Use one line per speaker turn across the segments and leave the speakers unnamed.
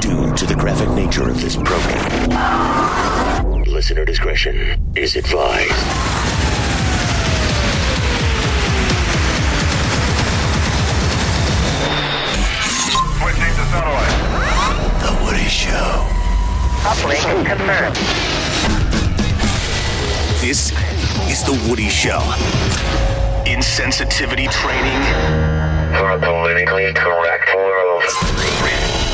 Due to the graphic nature of this program, listener discretion is advised.
Switching to satellite.
The Woody Show.
Uplink confirmed.
This is The Woody Show. Insensitivity training
for a politically correct world.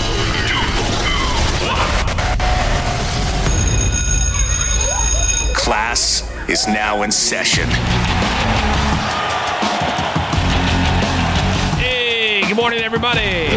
class is now in session.
Hey, good morning, everybody.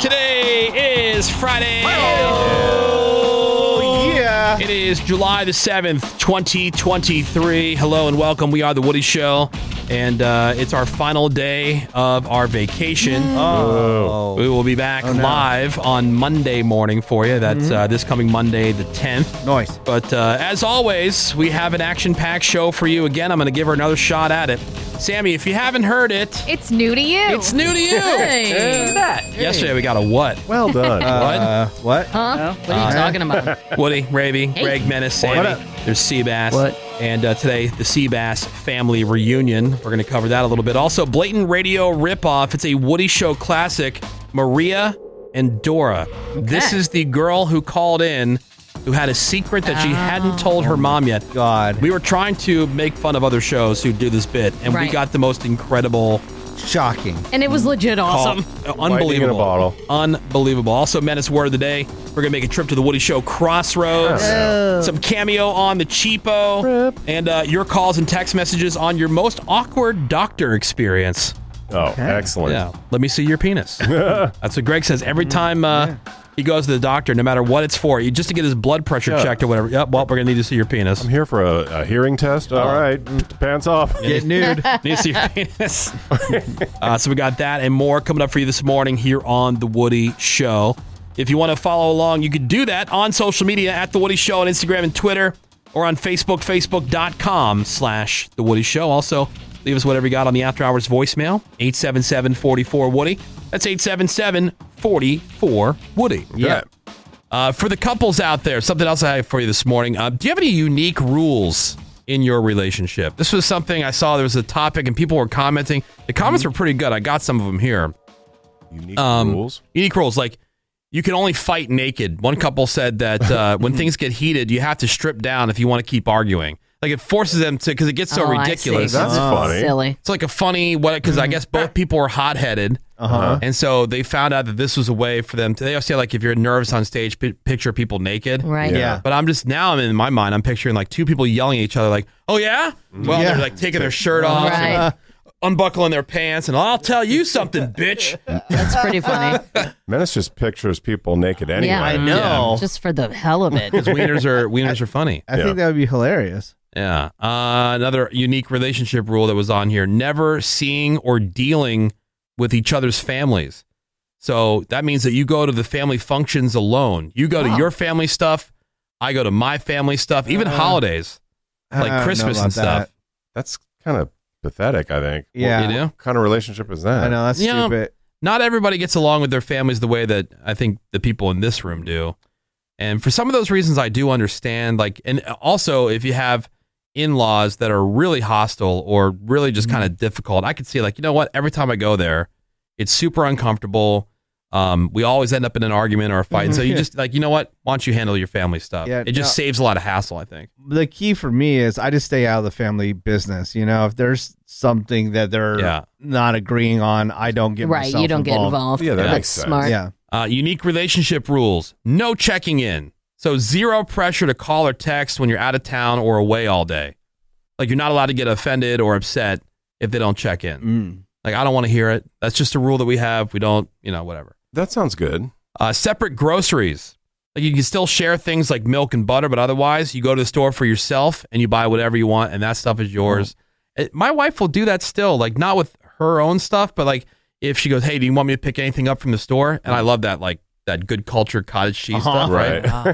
Today is Friday. Oh, yeah. It is July the 7th, 2023. Hello and welcome. We are The Woody Show, and uh, it's our final day of our vacation. Oh. We will be back live on Monday morning for you. That's uh, this coming Monday, the 10th.
Noise.
But uh, as always, we have an action packed show for you. Again, I'm going to give her another shot at it. Sammy, if you haven't heard it,
It's new to you.
It's new to you.
Hey.
Look at that. Yesterday we got a what?
Well done. Uh, what?
Huh? What are you talking about?
Woody, Raby, Greg Menace, Sammy.
up?
There's Seabass.
What?
And uh, today, the Seabass family reunion. We're going to cover that a little bit. Also, blatant radio ripoff. It's a Woody Show classic, Maria and Dora. This is the girl who called in who had a secret that she
Oh.
hadn't told her mom yet.
God.
We were trying to make fun of other shows who do this bit, and we
Right.
got the most incredible
Shocking.
And it was legit awesome.
Call- Unbelievable.
a bottle.
Unbelievable. Also, Menace Word of the Day. We're going to make a trip to the Woody Show Crossroads. Some cameo on the Cheapo. And uh, your calls and text messages on your most awkward doctor experience.
Oh, excellent.
Yeah. Let me see your penis. That's what Greg says every time uh, he goes to the doctor, no matter what it's for, you- just to get his blood pressure
Yeah.
checked or whatever. Yep. Well, we're going to need to see your penis. Oh.
I'm here for a, a hearing test. All right, pants off.
Get nude.
Need to see your penis. uh, so we got that and more coming up for you this morning here on The Woody Show. If you want to follow along, you can do that on social media at The Woody Show on Instagram and Twitter or on Facebook, facebook.com slash The Woody Show. Also, leave us whatever you got on the after hours voicemail, 877-44-WOODY. That's 877-44-WOODY.
Yeah.
Uh, for the couples out there, something else I have for you this morning. Uh, do you have any unique rules in your relationship? This was something I saw. There was a topic, and people were commenting. The comments were pretty good. I got some of them here. Um,
Unique rules.
Unique rules like you can only fight naked. One couple said that uh, when things get heated, you have to strip down if you want to keep arguing. Like it forces them to because it gets so
Oh, I see.
ridiculous.
That's funny.
Silly.
It's like a funny what because
Mm-hmm.
I guess both people were hot headed, uh-huh. and so they found out that this was a way for them to. They always say like if you're nervous on stage, pi picture people naked,
Right.
Yeah.
But I'm just now I'm in my mind I'm picturing like two people yelling at each other like, oh yeah, well
Mm-hmm. Yeah.
they're like taking their shirt off, and
Right.
unbuckling their pants, and I'll tell you something, bitch.
That's pretty funny.
Menace just pictures people naked anyway.
Yeah, I
know.
Just for the hell of it.
wieners are wieners are funny.
I think that would be hilarious.
Yeah. Uh, another unique relationship rule that was on here never seeing or dealing with each other's families. So that means that you go to the family functions alone. You go to your family stuff. I go to my family stuff, even holidays
Uh, I don't
like
know
Christmas
about
and stuff.
that.
That's kind of pathetic. I think.
Yeah.
You do?
What kind of relationship is that?
I know that's
You know,
stupid.
Not everybody gets along with their families the way that I think the people in this room do. And for some of those reasons, I do understand. Like, and also if you have in laws that are really hostile or really just kind
Mm-hmm.
of difficult, I could see like, you know what? Every time I go there, it's super uncomfortable. Um, we always end up in an argument or a fight. So you just like, you know what? Why don't you handle your family stuff?
Mm-hmm. Yeah,
it just
no.
saves a lot of hassle, I think.
the key for me is I just stay out of the family business. You know, if there's something that they're
Yeah.
not agreeing on, I don't get
right.
myself
You don't get involved.
Yeah, that
That's
makes sense.
smart.
Yeah.
Uh, unique relationship rules no checking in. So, zero pressure to call or text when you're out of town or away all day. Like, you're not allowed to get offended or upset if they don't check in. Like, I don't want to hear it. That's just a rule that we have. We don't, you know, whatever.
That sounds good.
Uh, separate groceries. Like, you can still share things like milk and butter, but otherwise, you go to the store for yourself and you buy whatever you want, and that stuff is yours.
Uh-huh.
It- my wife will do that still, like, not with her own stuff, but like, if she goes, Hey, do you want me to pick anything up from the store? And I love that, like, that good culture cottage cheese
Uh-huh.
stuff,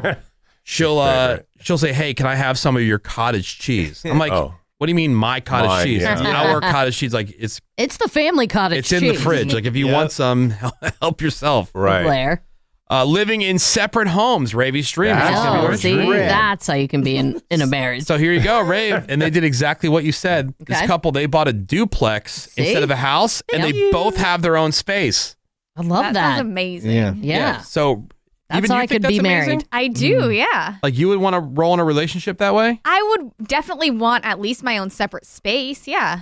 right? she'll uh she'll say, "Hey, can I have some of your cottage cheese?" I'm like,
Oh.
"What do you mean my cottage
My,
cheese?
yeah.
Our cottage cheese like it's
It's the family cottage.
it's in the
cheese.
fridge. Like if you want some, help yourself."
Blair.
Uh, living in separate homes, Ravy Stream. She's gonna be
Oh,
our
see,
dream.
that's how you can be in, in a marriage.
So here you go, Rave, and they did exactly what you said. This
Okay.
couple they bought a duplex
See?
instead of a house, and they both have their own space.
I love that.
That sounds amazing.
Yeah.
Yeah.
So
That's
even
how
you
I
think
could
that's
be married.
amazing? Mm.
I do,
Mm.
yeah.
Like you would want to roll in a relationship that way,
I would definitely want at least my own separate space. Yeah.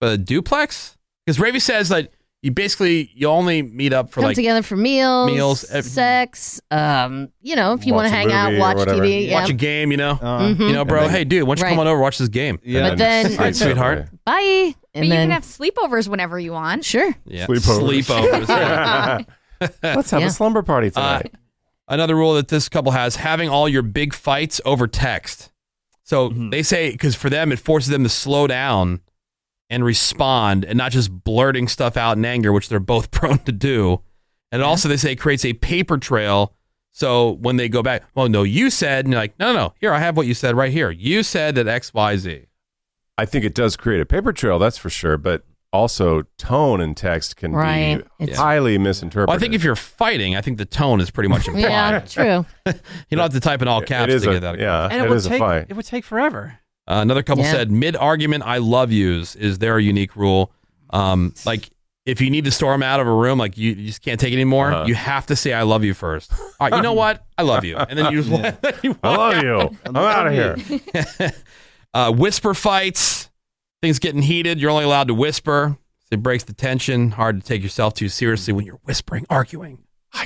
but a duplex? Because Ravy says that you basically you only meet up for
Come
like
together for meals,
meals, ev-
sex. Um, you know, if you want to
Watch a
hang out,
movie or
watch
whatever. Uh-huh.
TV. Yeah.
watch a game. You know,
Mhm.
you know, bro.
And then-
hey, dude, why don't you come
Right.
on over, watch this game?
Yeah. But then-
all right, sweetheart.
Bye.
but you can have sleepovers whenever you want.
Sure.
Yeah,
Sleepovers.
sleepovers, yeah. Uh,
Let's have a slumber party tonight.
another rule that this couple has: having all your big fights over text. So they say because for them it forces them to slow down and respond, and not just blurting stuff out in anger, which they're both prone to do. And also they say it creates a paper trail. So when they go back, well, no, you said, and you're like, no, no, no, here I have what you said right here. You said that X, Y, Z.
I think it does create a paper trail, that's for sure. But also, tone and text can
Right.
be
It's-
highly misinterpreted.
Well, I think if you're fighting, I think the tone is pretty much implied.
Yeah, true.
You don't have to type in all caps
is
to
a-
get that.
yeah,
And it, would take it would take forever.
Uh, another couple
Yeah.
said mid argument, I love yous is their unique rule. Um, like if you need to storm out of a room, like you, you just can't take it anymore,
Uh-huh.
you have to say I love you first. All right, you know what? I love you, and then you.
Yeah.
you
I
walk
love you.
out.
I'm outta here.
uh, whisper fights, things getting heated. You're only allowed to whisper. It breaks the tension. Hard to take yourself too seriously when you're whispering, arguing.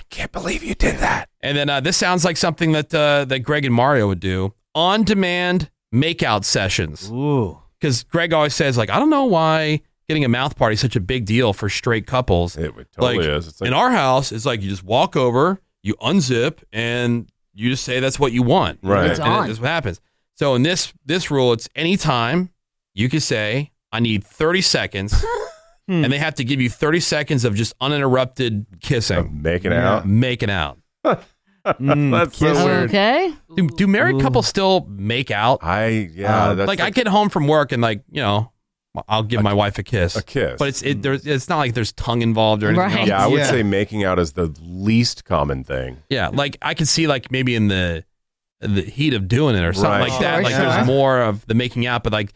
can't believe you did that.
And then uh, this sounds like something that uh, that Greg and Mario would do on demand makeout sessions.
Ooh.
Because Greg always says, like, I don't know why getting a mouth party is such a big deal for straight couples. It
totally
like,
is. It's like-
in our house, it's like you just walk over, you unzip, and you just say that's what you want.
Right. It's
And
on.
that's what happens. So in this this rule, it's anytime you can say, I need 30 seconds. And they have to give you 30 seconds of just uninterrupted kissing.
making out?
Making out.
That's so weird.
Okay.
Do, do married couples still make out?
I yeah, that's
like
the-
I get home from work and like you know, I'll give my wife a kiss. A
kiss.
But it's it, there's, it's not like there's tongue involved or anything. else.
Yeah, I would say making out is the least common thing.
Yeah, like I could see like maybe in the the heat of doing it or something
Right.
like that.
Sure,
like
sure.
there's more of the making out, but like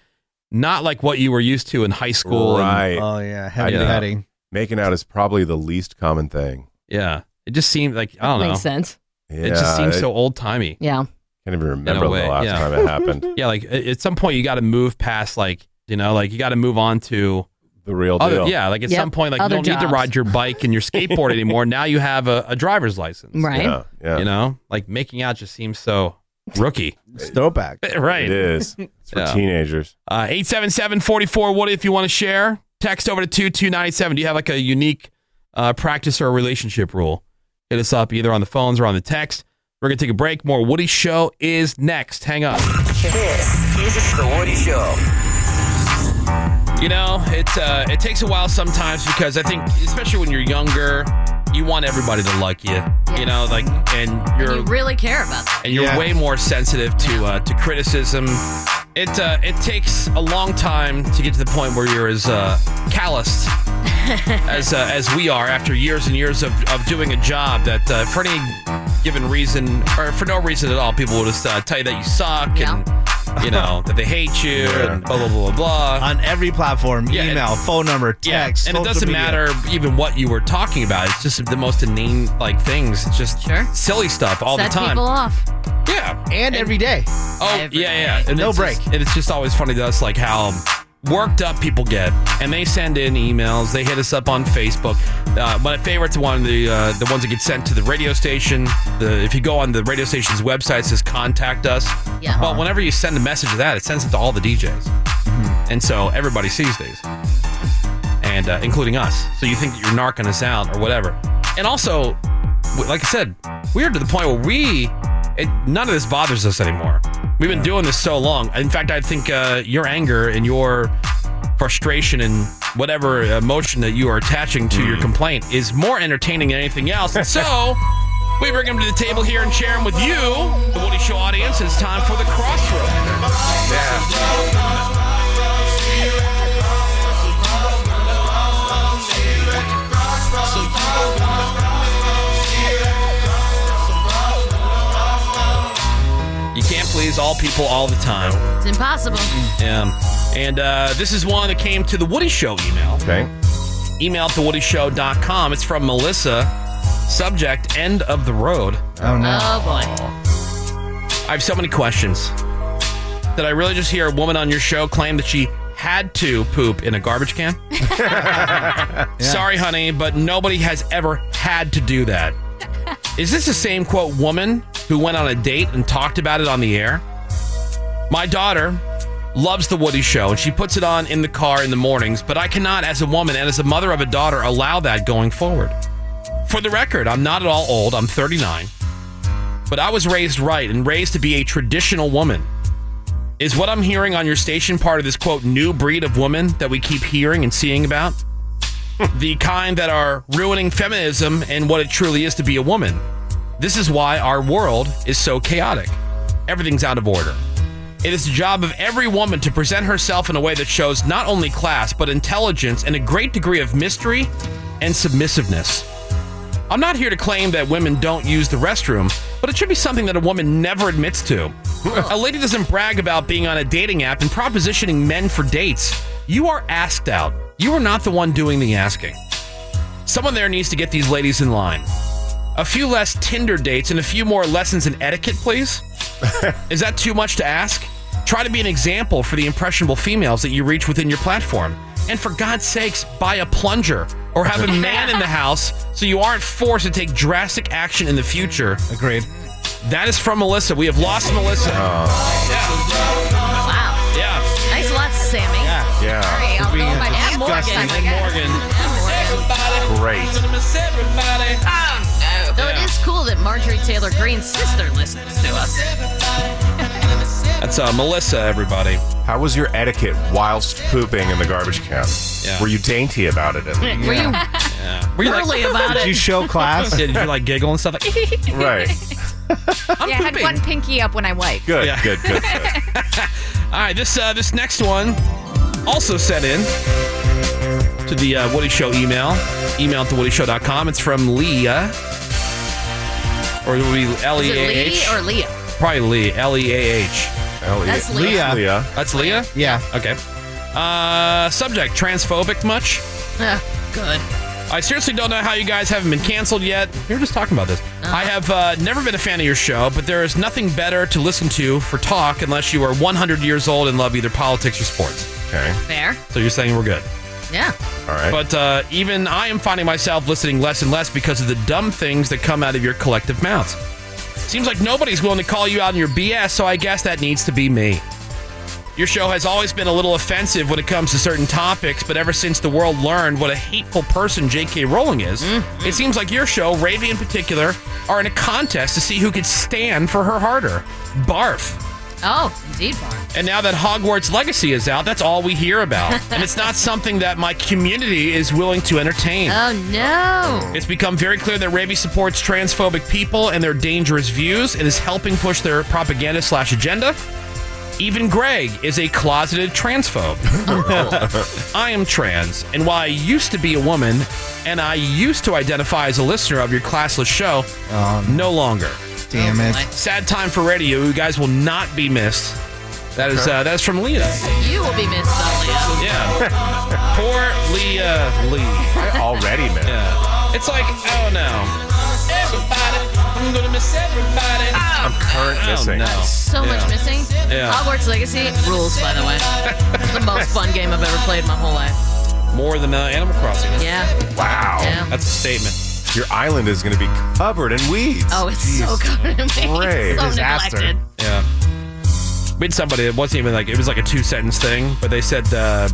not like what you were used to in high school. and-
Right.
Oh, Yeah.
Making out is probably the least common thing.
Yeah, it just seemed like I don't know.
Makes sense.
It just seems so old timey.
Yeah.
Can't even
in a
remember the
way,
last
yeah.
time it happened.
yeah, like at at some point you got to move past like you know like you got to move on to
the real
deal.
yeah, like at
Yep,
some point like
other
you don't need to
jobs.
ride your bike and your skateboard anymore. Now you have a, a driver's license,
Right. Yeah,
You know, like making out just seems so rookie.
Snowback.
right.
It is. It's for
Yeah.
teenagers.
Uh, 877-44 what if you want to share? Text over to 22987. Do you have like a unique uh, practice or relationship rule? Hit us up either on the phones or on the text. We're going to take a break. More Woody show is next. Hang up.
This is the Woody Show.
You know, it's uh, it takes a while sometimes because I think, especially when you're younger, you want everybody to like you. You know, like, and you're
You really care about that.
and you're way more sensitive to uh, to criticism. It uh, it takes a long time to get to the point where you're as uh, calloused as uh, as we are after years and years of, of doing a job that uh, for any given reason or for no reason at all, people will just uh, tell you that you suck and you know that they hate you and blah blah blah blah blah
on every platform,
email,
phone number,
yeah, and it doesn't matter even what you were talking about. It's just the most inane like things. It's just silly stuff all
Set
the time.
people
off.
Yeah,
and, every day.
Oh yeah, yeah. And
No
it's
break.
Just, and it's just always funny to us, like how worked up people get, and they send in emails. They hit us up on Facebook. Uh, my favorite's one of the uh, the ones that get sent to the radio station. The if you go on the radio station's website, it says contact us.
Yeah.
Well, whenever you
Mm-hmm.
send a message to that, it sends it to all the DJs, and so everybody sees these. and uh, including us. So you think you're narking us out or whatever. And also, w- like I said, we're to the point where we, it, none of this bothers us anymore. We've been doing this so long. In fact, I think uh, your anger and your frustration and whatever emotion that you are attaching to your complaint is more entertaining than anything else. So we bring them to the table here and share them with you, the Woody Show audience. It's time for the crossroad. You can't please all people all the time.
It's impossible.
Um, and uh, this is one that came to the Woody Show email.
Okay.
Email at thewoodyshow.com. It's from Melissa. Subject, end of the road.
Oh, no.
Oh,
I have so many questions. Did I really just hear a woman on your show claim that she had to poop in a garbage can? Sorry, honey, but nobody has ever had to do that. Is this the same quote woman who went on a date and talked about it on the air? My daughter loves the Woody Show and she puts it on in the car in the mornings, but I cannot, as a woman and as a mother of a daughter, allow that going forward. For the record, I'm not at all old, I'm 39, but I was raised right and raised to be a traditional woman. Is what I'm hearing on your station part of this quote new breed of women that we keep hearing and seeing about? the kind that are ruining feminism and what it truly is to be a woman. This is why our world is so chaotic. Everything's out of order. It is the job of every woman to present herself in a way that shows not only class, but intelligence and a great degree of mystery and submissiveness. I'm not here to claim that women don't use the restroom, but it should be something that a woman never admits to. a lady doesn't brag about being on a dating app and propositioning men for dates. You are asked out. You are not the one doing the asking. Someone there needs to get these ladies in line. A few less Tinder dates and a few more lessons in etiquette, please. Is that too much to ask? Try to be an example for the impressionable females that you reach within your platform. And for God's sakes, buy a plunger or have a man in the house so you aren't forced to take drastic action in the future. Agreed. That is from Melissa. We have lost Melissa.
Oh.
wow.
Yeah.
Thanks lots, Sammy.
Yeah.
Sorry, I'll go with my and Morgan.
disgusting.
I guess.
Morgan.
And Morgan.
Great.
Oh, no. Though it is cool that Marjorie Taylor Greene's sister listens to us.
That's uh, Melissa, everybody.
How was your etiquette whilst pooping in the garbage can? Were you dainty about it? At least?
Were you-
Yeah.
Early about it. Did you
show class?
Yeah, did you like giggle and stuff? Like,
right.
yeah, I had one pinky up when I wiped.
Good, good, good.
All right, this uh, this next one also sent in to the uh, Woody Show email, email at thewoodyshow.com. It's from Leah, or it would be L
Is
E
it
A H.
Lee or Leah?
Probably Lee, L E A H.
That's Leah. Leah.
That's Leah? Yeah. Okay. Uh, subject transphobic much?
Ugh, good.
I seriously don't know how you guys haven't been canceled yet. We were just talking about this.
Uh-huh.
I have uh, never been a fan of your show, but there is nothing better to listen to for talk unless you are 100 years old and love either politics or sports.
Okay.
Fair.
So you're saying we're good.
Yeah.
All right.
But uh, even I am finding myself listening less and less because of the dumb things that come out of your collective mouths. Seems like nobody's willing to call you out on your BS, so I guess that needs to be me. Your show has always been a little offensive when it comes to certain topics, but ever since the world learned what a hateful person J.K. Rowling is,
Mm-hmm.
it seems like your show, Ravy in particular, are in a contest to see who could stand for her harder. Barf.
Oh, indeed, Barb.
And now that Hogwarts Legacy is out, that's all we hear about. and it's not something that my community is willing to entertain.
Oh, no.
It's become very clear that Ravi supports transphobic people and their dangerous views and is helping push their propaganda slash agenda. Even Greg is a closeted transphobe. I am trans, and while I used to be a woman and I used to identify as a listener of your classless show, no longer.
Um, Damn it.
Sad time for radio. You guys will not be missed. That is uh, that's from Leah.
You will be missed, though, Leah.
Yeah. Poor Leah Lee.
already missed.
Yeah. It's like, oh no. I'm gonna miss everybody.
Ah.
I'm current
Oh,
missing.
no.
So
Yeah.
much missing.
Yeah.
Hogwarts Legacy rules, by the way. It's the most fun game I've ever played in my whole life.
More than uh, Animal Crossing.
Yeah.
Wow.
Yeah.
That's a statement.
Your island is going to be covered in weeds.
Oh, it's so good. It's
Great.
so
Disaster.
neglected.
Yeah. We had somebody, it wasn't even like, it was like a two sentence thing, but they said, uh,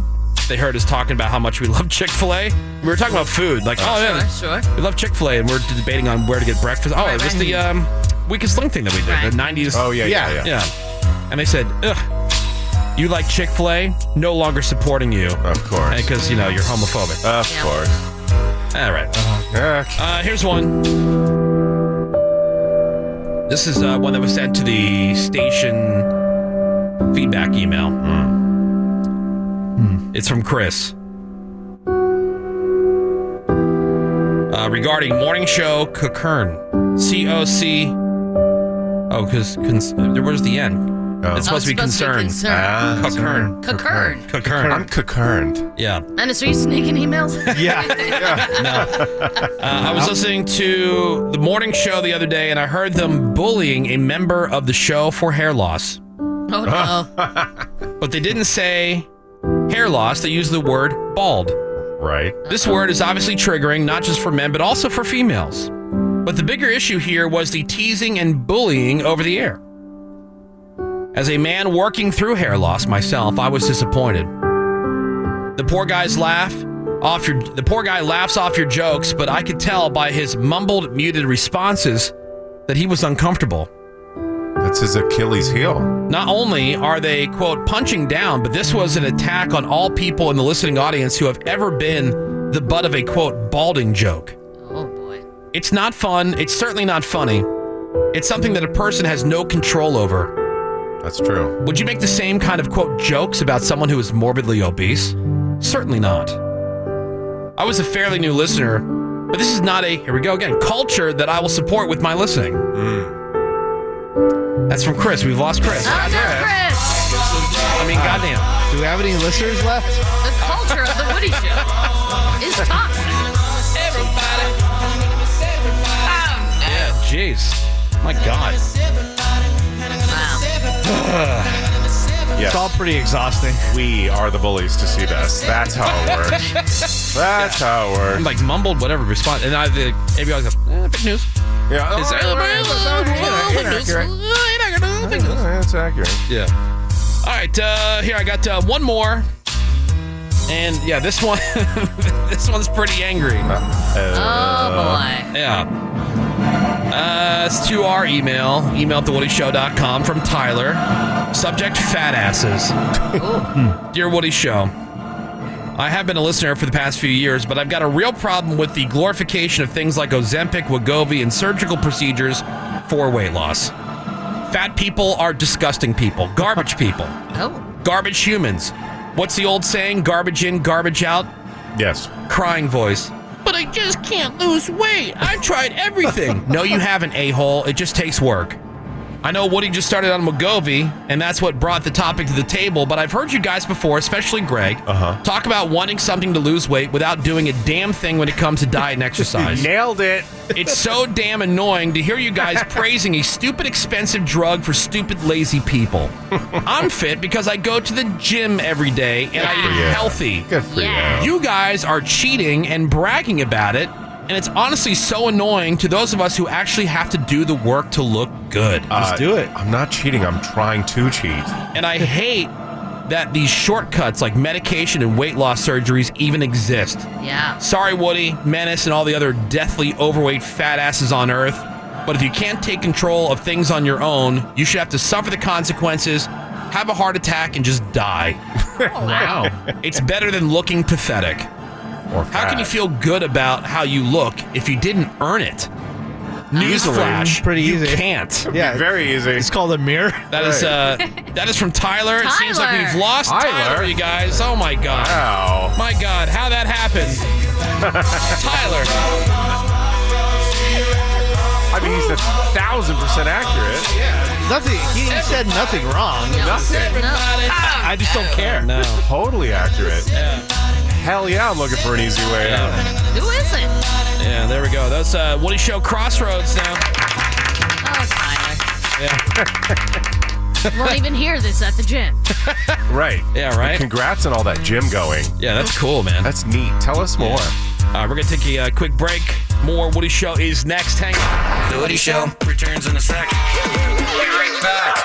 they heard us talking about how much we love Chick Fil A. We were talking about food, like oh yeah,
sure,
we love Chick Fil A, and we're debating on where to get breakfast. Oh,
Right,
it was
right.
the um, weakest sling thing that we did,
Right.
the '90s.
Oh, yeah, yeah, yeah.
yeah. And they said, ugh, you like Chick Fil A? No longer supporting you,
of course,
because you know you're homophobic.
Of course. Uh-huh.
All right. Uh, here's one. This is uh, one that was sent to the station feedback email.
Hmm.
It's from Chris. Uh, regarding morning show Cockern. C O C. Oh, because cons- where's the end?
Oh,
It's supposed to be
it's
concerned.
supposed to be concerned. Ah,
Cockern.
concerned. Cockern.
Cockern.
I'm concerned.
Yeah.
Ennis, are you sneaking emails?
Uh, I was listening to the morning show the other day, and I heard them bullying a member of the show for hair loss.
Oh no.
But they didn't say hair loss, they used the word bald.
Right.
This word is obviously triggering, not just for men, but also for females. But the bigger issue here was the teasing and bullying over the air. As a man working through hair loss myself, I was disappointed. The poor guy's laugh off your the poor guy laughs off your jokes, but I could tell by his mumbled, muted responses that he was uncomfortable.
That's his Achilles heel.
Not only are they quote punching down, but this was an attack on all people in the listening audience who have ever been the butt of a quote balding joke.
Oh boy.
It's not fun. It's certainly not funny. It's something that a person has no control over.
That's true.
Would you make the same kind of quote jokes about someone who is morbidly obese? Certainly not. I was a fairly new listener, but this is not a, here we go again, culture that I will support with my listening.
Mm.
That's from Chris. We've lost Chris.
Oh, there's Chris.
I mean, goddamn.
Do we have any listeners left?
The culture of the Woody Show is toxic.
Yeah, jeez. My God.
Yes.
It's all pretty exhausting.
We are the bullies to see this. That's how it works. That's how it
I'm
works.
like mumbled whatever response, and I the maybe I was like, eh, big news.
Yeah.
It's-
That's accurate.
Yeah. All right, uh, here I got uh, one more, and yeah, this one, this one's pretty angry.
Oh boy.
Yeah. Uh, it's to our email, email at thewoodyshow.com from Tyler. Subject fat asses. Dear Woody Show, I have been a listener for the past few years, but I've got a real problem with the glorification of things like Ozempic, Wegovy, and surgical procedures for weight loss. Fat people are disgusting people, garbage people,
Oh.
garbage humans. What's the old saying? Garbage in, garbage out?
Yes.
Crying voice.
But I just can't lose weight.
I've tried everything. no, you haven't, a hole. It just takes work. I know Woody just started on McGovey, and that's what brought the topic to the table, but I've heard you guys before, especially Greg, uh-huh. talk about wanting something to lose weight without doing a damn thing when it comes to diet and exercise.
Nailed it.
It's so damn annoying to hear you guys praising a stupid, expensive drug for stupid, lazy people. I'm fit because I go to the gym every day and I eat
Yeah.
healthy.
Good for
Yeah.
you.
You guys are cheating and bragging about it, and it's honestly so annoying to those of us who actually have to do the work to look good.
Just do it. Uh, I'm not cheating. I'm trying to cheat.
And I hate that these shortcuts like medication and weight loss surgeries even exist.
Yeah.
Sorry, Woody, Menace, and all the other deathly overweight fat asses on earth, but if you can't take control of things on your own, you should have to suffer the consequences, have a heart attack, and just die.
Wow.
It's better than looking pathetic.
Or
How can you
fat.
feel good about how you look if you didn't earn it? Newsflash,
Pretty
you
easy.
can't.
Yeah,
Very easy.
it's called a mirror.
That is uh, that is from Tyler. It seems like
Tyler.
we've lost Tyler,
Tyler.
you guys. Oh my god.
Wow.
My god, how that happened. Tyler.
I mean, he's a thousand percent accurate.
Nothing. He said nothing wrong.
Nothing.
I just don't care.
No.
Totally accurate. Hell yeah, I'm looking for an easy way out.
Who is it?
Yeah, there we go. That's uh, Woody Show Crossroads now.
Oh, Tyler. Yeah. Won't even hear this at the gym.
Right.
Yeah, right?
Congrats on all that gym going.
Yeah, that's cool, man.
That's neat. Tell us more.
All right, we're gonna take a uh, quick break. More Woody Show is next. Hang on.
The Woody Show returns in a sec. Be right back.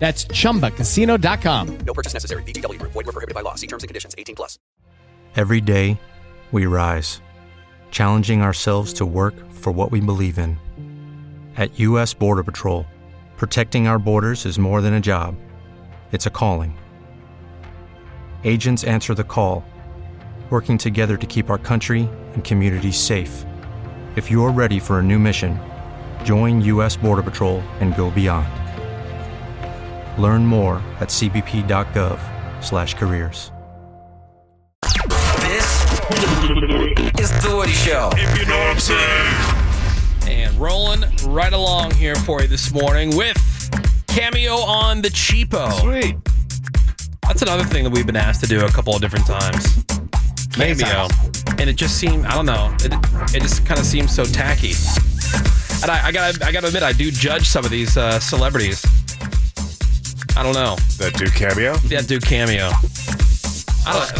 That's chumbacasino.com.
No purchase necessary. VGW Group. Void were prohibited by law. See terms and conditions. 18 plus.
Every day, we rise, challenging ourselves to work for what we believe in. At U.S. Border Patrol, protecting our borders is more than a job, it's a calling. Agents answer the call, working together to keep our country and communities safe. If you're ready for a new mission, join U.S. Border Patrol and go beyond. Learn more at cbp.gov/careers.
This is the Woody Show. If you know what I'm saying.
And rolling right along here for you this morning with Cameo on the Cheapo. Sweet. That's another thing that we've been asked to do a couple of different times. Cameo. And it just seemed, I don't know, it, it just kind of seems so tacky. And I, I gotta, I gotta admit, I do judge some of these uh, celebrities. I don't know.
That do cameo?
That do cameo. I don't
It's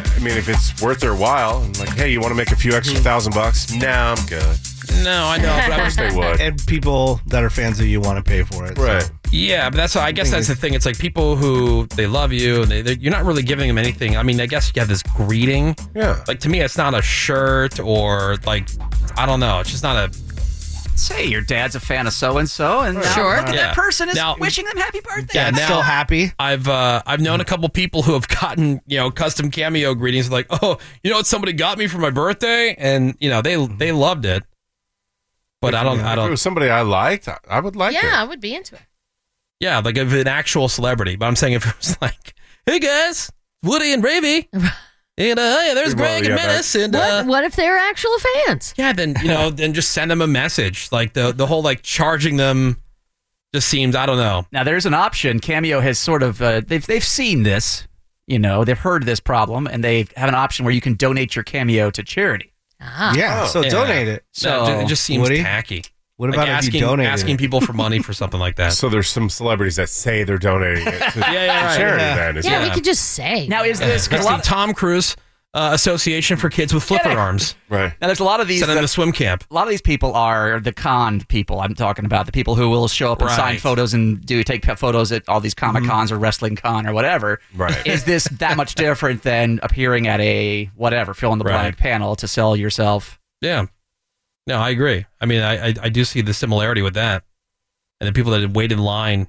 like, I mean, if it's worth their while, and like, hey, you want to make a few extra
Mm-hmm.
thousand bucks? Nah, I'm good.
No, I know, but I wish they would.
And people that are fans of you want to pay for it. so.
Yeah, but that's I guess that's the thing. It's like people who they love you and they, they you're not really giving them anything. I mean, I guess you have this greeting.
Yeah.
Like to me, it's not a shirt or like I don't know. It's just not a.
Say your dad's a fan of so and so, and now
Sure.
look at
Yeah.
that person is
Now-
wishing them happy birthday.
happy. I've uh, I've known a couple people who have gotten you know custom cameo greetings like oh you know what somebody got me for my birthday and you know they they loved it, but I don't I
If it
don't
was somebody I liked, I, I would like
yeah,
it.
I would be into it.
Yeah, like if an actual celebrity. But I'm saying if it was like, hey guys, Woody and Ravy, and uh, hey, there's
Well,
Greg
yeah,
and
that-
Menace, and
what,
uh,
what if they're actual fans?
Yeah, then you know, then just send them a message. Like the the whole like charging them just seems I don't know.
Now there's an option. Cameo has sort of uh, they've they've seen this, you know, they've heard this problem, and they have an option where you can donate your cameo to charity.
Yeah, so donate it.
So it just seems
Woody?
tacky.
What
Like
about if you
asking,
donated
asking
it?
people for money for something like that?
So there's some celebrities that say they're donating it to
Yeah, yeah, right.
charity.
Yeah.
Then is
yeah,
it?
we could just say.
Now is this
It's the Tom Cruise uh, Association for Kids with Flipper Arms.
Right.
Now there's a lot of these.
Send them
that-
to swim camp.
A lot of these people are the con people. I'm talking about the people who will show up and sign
Right. Mm-hmm.
photos and do take photos at all these comic cons or wrestling con or whatever.
Right.
Is this that much different than appearing at a whatever fill in the blank panel to sell yourself?
Yeah. No, I agree. I mean, I, I, I do see the similarity with that. And the people that had waited in line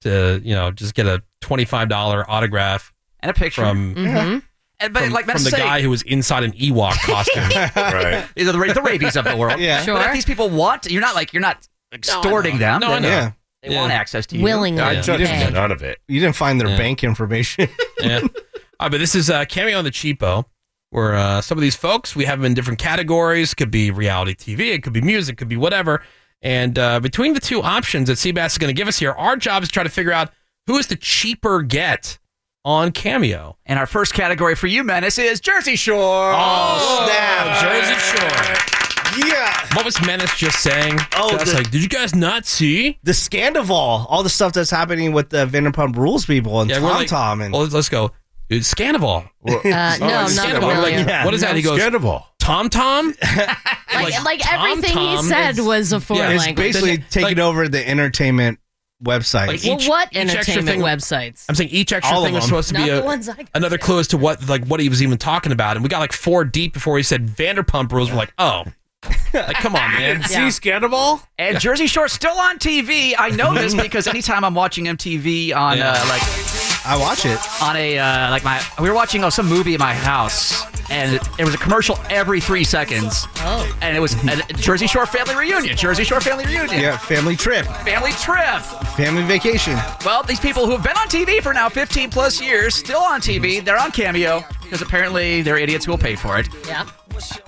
to, you know, just get a $25 autograph
and a picture
from,
Mhm. And, but
from,
like
from the
say,
guy who was inside an Ewok costume.
right.
the, the rabies of the world.
Yeah.
But if these people want, you're not like you're not extorting them.
No, I
They-
know. Yeah.
They want
Yeah.
access to you
Willingly. I
You
judge
didn't-
them. None of it.
You didn't find their
Yeah.
bank information.
yeah. All right, but this is uh, Cameo on the Cheapo, where uh, some of these folks, we have them in different categories. Could be reality TV, it could be music, could be whatever. And uh, between the two options that Seabass is going to give us here, our job is to try to figure out who is the cheaper get on Cameo.
And our first category for you, Menace, is Jersey Shore. Oh,
snap. Jersey Shore.
Yeah.
What was Menace just saying? Oh, just
the-
like, did you guys not see
the Scandival? All the stuff that's happening with the Vanderpump Rules people and
Yeah, we're
Tom
like-
Tom and
well, let's go. Dude, Scandival.
Uh, no, not
Scandival.
familiar.
Like,
Yeah,
what is that?
no.
He goes,
Scandival.
Tom Tom?
Like, like, everything
Tom
he said
is-
was a foreign
Yeah,
it's
language.
basically taking
Like-
over the entertainment website.
well, what entertainment
thing-
websites?
I'm saying each extra
All of
thing was
them.
supposed to be
Not
a,
the ones I got.
another clue as to what like what he was even talking about. And we got like four deep before he said Vanderpump Rules. We're like, oh, like come on, man.
Scandal? And
Yeah.
Jersey Shore still on TV. I know this because anytime I'm watching MTV on
Yeah.
uh, like
I watch it
on a uh, like my we were watching oh, some movie in my house and it, it was a commercial every three seconds. Oh. And it was a Jersey Shore family reunion. Jersey Shore family reunion.
yeah, family trip,
Family trip.
family vacation.
Well, these people who have been on TV for now 15 plus years, still on TV, they're on Cameo because apparently they're idiots who will pay for it.
Yeah.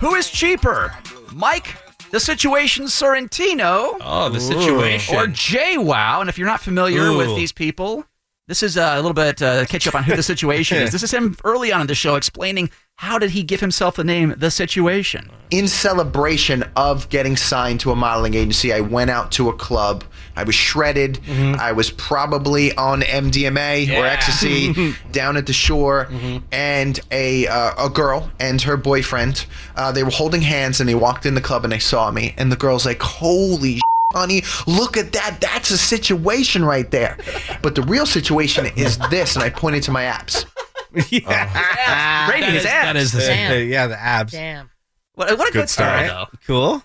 Who is cheaper? Mike, The Situation Sorrentino.
Oh, The Situation.
Or JWoww. And if you're not familiar
Ooh.
with these people, This is uh, a little bit uh, catch up on who the situation is. This is him early on in the show explaining how did he give himself the name The Situation.
in celebration of getting signed to a modeling agency, I went out to a club. I was shredded. I was probably on MDMA or
Yeah.
ecstasy down at the shore, and a uh, a girl and her boyfriend. Uh, they were holding hands, and they walked in the club, and they saw me. And the girl's like, "Holy." shit, Honey, look at that. That's a situation right there. But the real situation is this, and I pointed to my abs.
Oh.
yeah.
Rating That his is- abs. that is the same
Uh,
thing.
yeah, the abs.
Damn.
What, what a good, story,
All right,
though.
Cool.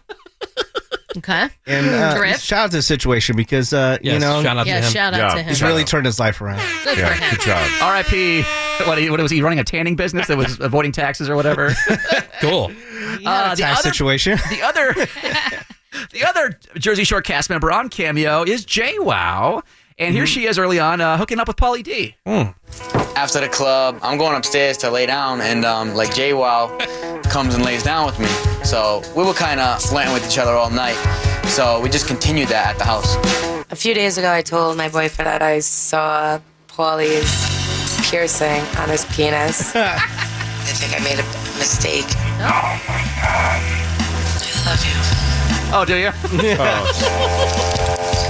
Okay.
And uh,
Drip.
shout out to the situation because uh, you
Yes,
know,
shout out to Yeah, him. shout out Yeah, to him.
He's
shout
really
out.
turned his life around.
Good for him.
job.
R.I.P. What, he- what was he running a tanning business that was avoiding taxes or whatever?
cool.
Uh, the
Tax
other
situation.
the other the other Jersey Shore cast member on Cameo is Jay Wow. And here she is early on uh, hooking up with Polly D.
After the club, I'm going upstairs to lay down, and um, like Jay Wow comes and lays down with me. So we were kind of flirting with each other all night. So we just continued that at the house.
A few days ago, I told my boyfriend that I saw Paulie's piercing on his penis. I think I made a mistake.
Oh, do you?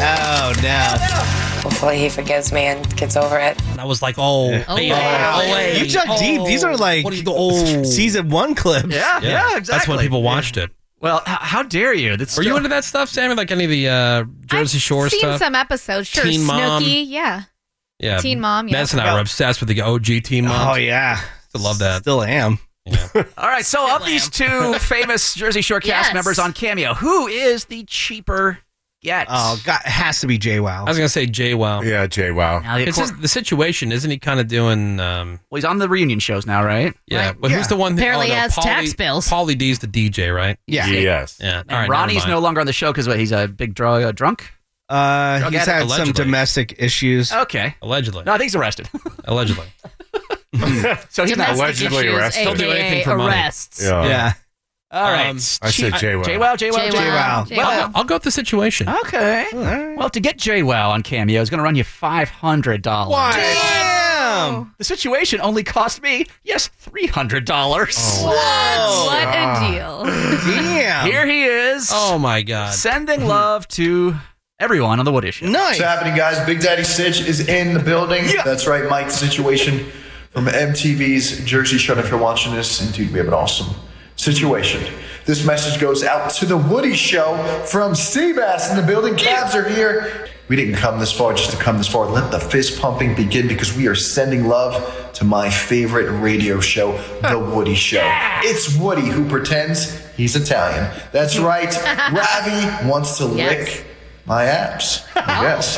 Oh, no. Hopefully, he forgives me and gets over it.
That was like, oh,
Oh,
baby,
wow.
oh, hey,
You dug
oh,
deep. These are like
what do you go? Oh,
season one clips.
Yeah, yeah, exactly.
That's when people watched it.
Well, how, how dare you? That's
Are you into that stuff, Sammy? Like any of the uh, Jersey Shore
Seen
stuff?
some episodes. Sure. Snooki.
Teen Mom.
Yeah.
yeah,
Teen Mom, yeah.
That's and I were obsessed with the OG Teen Mom.
Oh, yeah,
I love that.
Still am.
All right, so of these two famous Jersey Shore cast
Yes.
members on Cameo, who is the cheaper get?
Oh God, it has to be Jay Wow.
I was gonna say Jay Wow.
Yeah, Jay Wow.
Now, the
It's
cor-
just the situation, isn't he? Kind of doing. Um,
well, he's on the reunion shows now, right?
Yeah,
Right.
but
Yeah.
who's the one?
Apparently has tax
bills. Paulie D's the DJ, right?
Yeah.
Yes.
Yeah.
And Ronnie's no longer on the show because he's a big drug uh, drunk.
Uh,
Drug
he's
addict,
had some
allegedly.
domestic issues.
Okay.
Allegedly.
No, I think he's arrested.
Allegedly.
so he's not
Domestic Allegedly issues, arrested.
He'll do
aka
anything for money.
arrests. Yeah. Yeah.
All right.
Um,
I said Jay Wow.
Jay Wow. Jay Wow.
Jay Wow. Jay
Well,
Wow. I'll go with the situation.
Okay. Well, to get Jay Wow on Cameo is going to run you five hundred dollars.
Damn.
The situation only cost me yes three hundred dollars.
Oh.
What a deal.
Damn.
Here he is.
Oh my God.
Sending love to everyone on the Wood Issue.
What's happening, guys? Big Daddy Sitch is in the building. That's right, Mike. Situation from MTV's Jersey Shore. If you're watching this, and dude, we have an awesome situation. This message goes out to the Woody Show from Seabass in the building. Cabs are here. We didn't come this far just to come this far. Let the fist pumping begin because we are sending love to my favorite radio show, The Woody Show. It's Woody who pretends he's Italian. That's right. Ravi wants to
Yes.
lick my abs. Yes.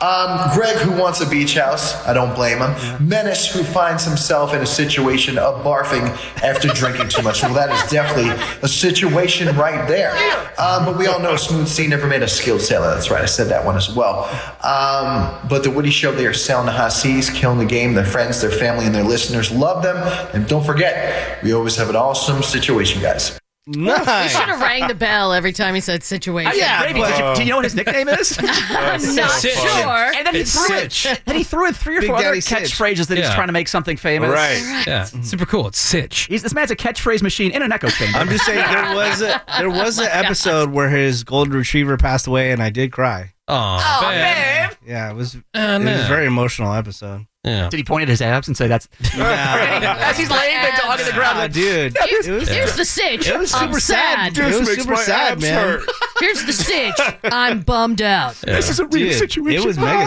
Um, Greg, who wants a beach house, I don't blame him. Menace, who finds himself in a situation of barfing after drinking too much. Well, that is definitely a situation right there. Um, but we all know Smooth C never made a skilled sailor. That's right, I said that one as well. Um, but the Woody Show, they are selling the hot seas, killing the game. Their friends, their family, and their listeners love them. And don't forget, we always have an awesome situation, guys.
You should have rang the bell every time he said situation.
Yeah,
Ravy, Uh, did you- do you know what his nickname is?
I'm not
Sitch.
sure.
And then he threw it. Then he threw in three or
Big
four
Daddy
other
Sitch.
catchphrases that he's
Yeah.
trying to make something famous.
Right. Right. Yeah. Super cool. It's Sitch.
He's, this man's a catchphrase machine in an echo chamber.
I'm just saying there was a, there was
Oh
an episode where his golden retriever passed away, and I did cry.
Oh,
babe.
Yeah, it was
Oh,
it was
no.
a very emotional episode.
Yeah.
Did he point at his abs and say that's? As he's laying there dog in the ground,
Ah,
like,
dude.
Here's,
It was-
here's the sitch.
It was
I'm
super
sad.
sad. It was super sad, man.
Here's the sitch. I'm bummed out.
This is a real
Dude,
situation.
it was mega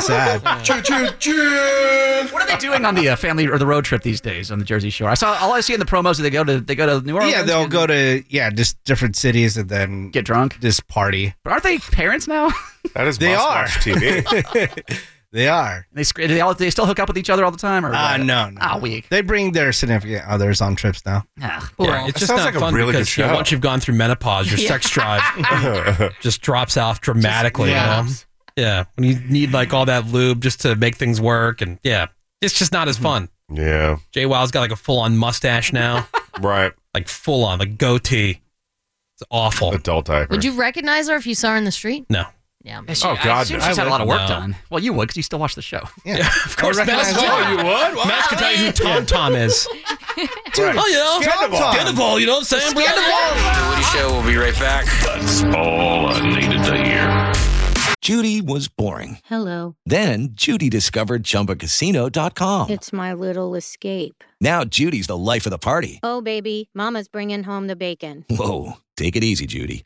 sad.
choo, choo, choo.
What are they doing on the uh, family or the road trip these days on the Jersey Shore? I saw all I see in the promos is they go to they go to New Orleans.
Yeah, they'll
and-
go to yeah, just different cities and then
get drunk,
just party.
But aren't they parents now?
That is
They are.
must-watch TV.
They are.
They sc- do they all they still hook up with each other all the time or
Uh,
what?
no, no.
Ah, weak.
They bring their significant others on trips now.
Ah,
Yeah, it's just not fun because you know, once you've gone through menopause, your
Yeah.
sex drive just drops off dramatically. yeah. You know?
drops.
yeah, when you need like all that lube just to make things work, and yeah, it's just not as fun.
Hmm. yeah.
Jay Wow's got like a full on mustache now,
right?
Like full on, like goatee. It's awful.
Adult diaper.
Would you recognize her if you saw her in the street?
Oh, No.
Yeah.
She- I assume she's had a lot of work done. Well, you would because you still watch the show.
Yeah, of course. Matt's oh, you would. Wow.
Matt can tell you who Tom Tom is.
Dude,
Oh, you know,
Scandal.
Scandal, you know what I'm saying?
Oh,
The Woody Show will be right back. That's all I needed to hear.
Judy was boring.
Hello.
Then Judy discovered ChumbaCasino.com.
It's my little escape.
Now Judy's the life of the party.
Oh, baby, Mama's bringing home the bacon.
Whoa, take it easy, Judy.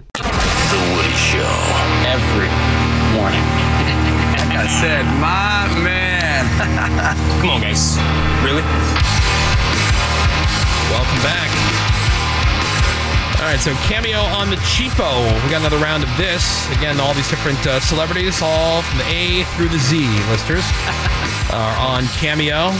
The Woody Show. Every morning. I said, my man. Come on, guys. Really?
Welcome back. All right, so cameo on the cheapo. We got another round of this. Again, all these different uh, celebrities, all from the A through the Z listers, are on cameo.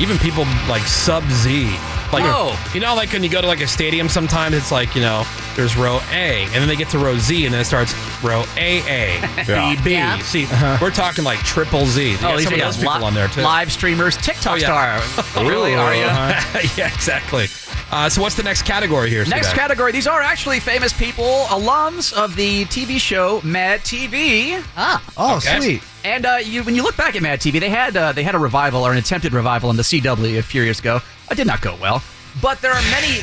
Even people like sub Z. Like,
Whoa.
you know, like when you go to like a stadium, sometimes it's like you know, there's row A, and then they get to row Z, and then it starts row A A
Yeah.
B B.
Yeah. Uh-huh. Oh,
See, we're talking like triple Z. You got
these
some
are
of those people
li-
on there too. Oh,
Live streamers, TikTok star. Oh, really, are you?
uh-huh. yeah, exactly. Uh, so what's the next category here?
Next
Sudak?
category. These are actually famous people, alums of the TV show Mad TV.
Ah,
oh,
sweet.
And uh, you, when you look back at Mad TV, they had uh, they had a revival or an attempted revival on the CW a few years ago. It did not go well, but there are many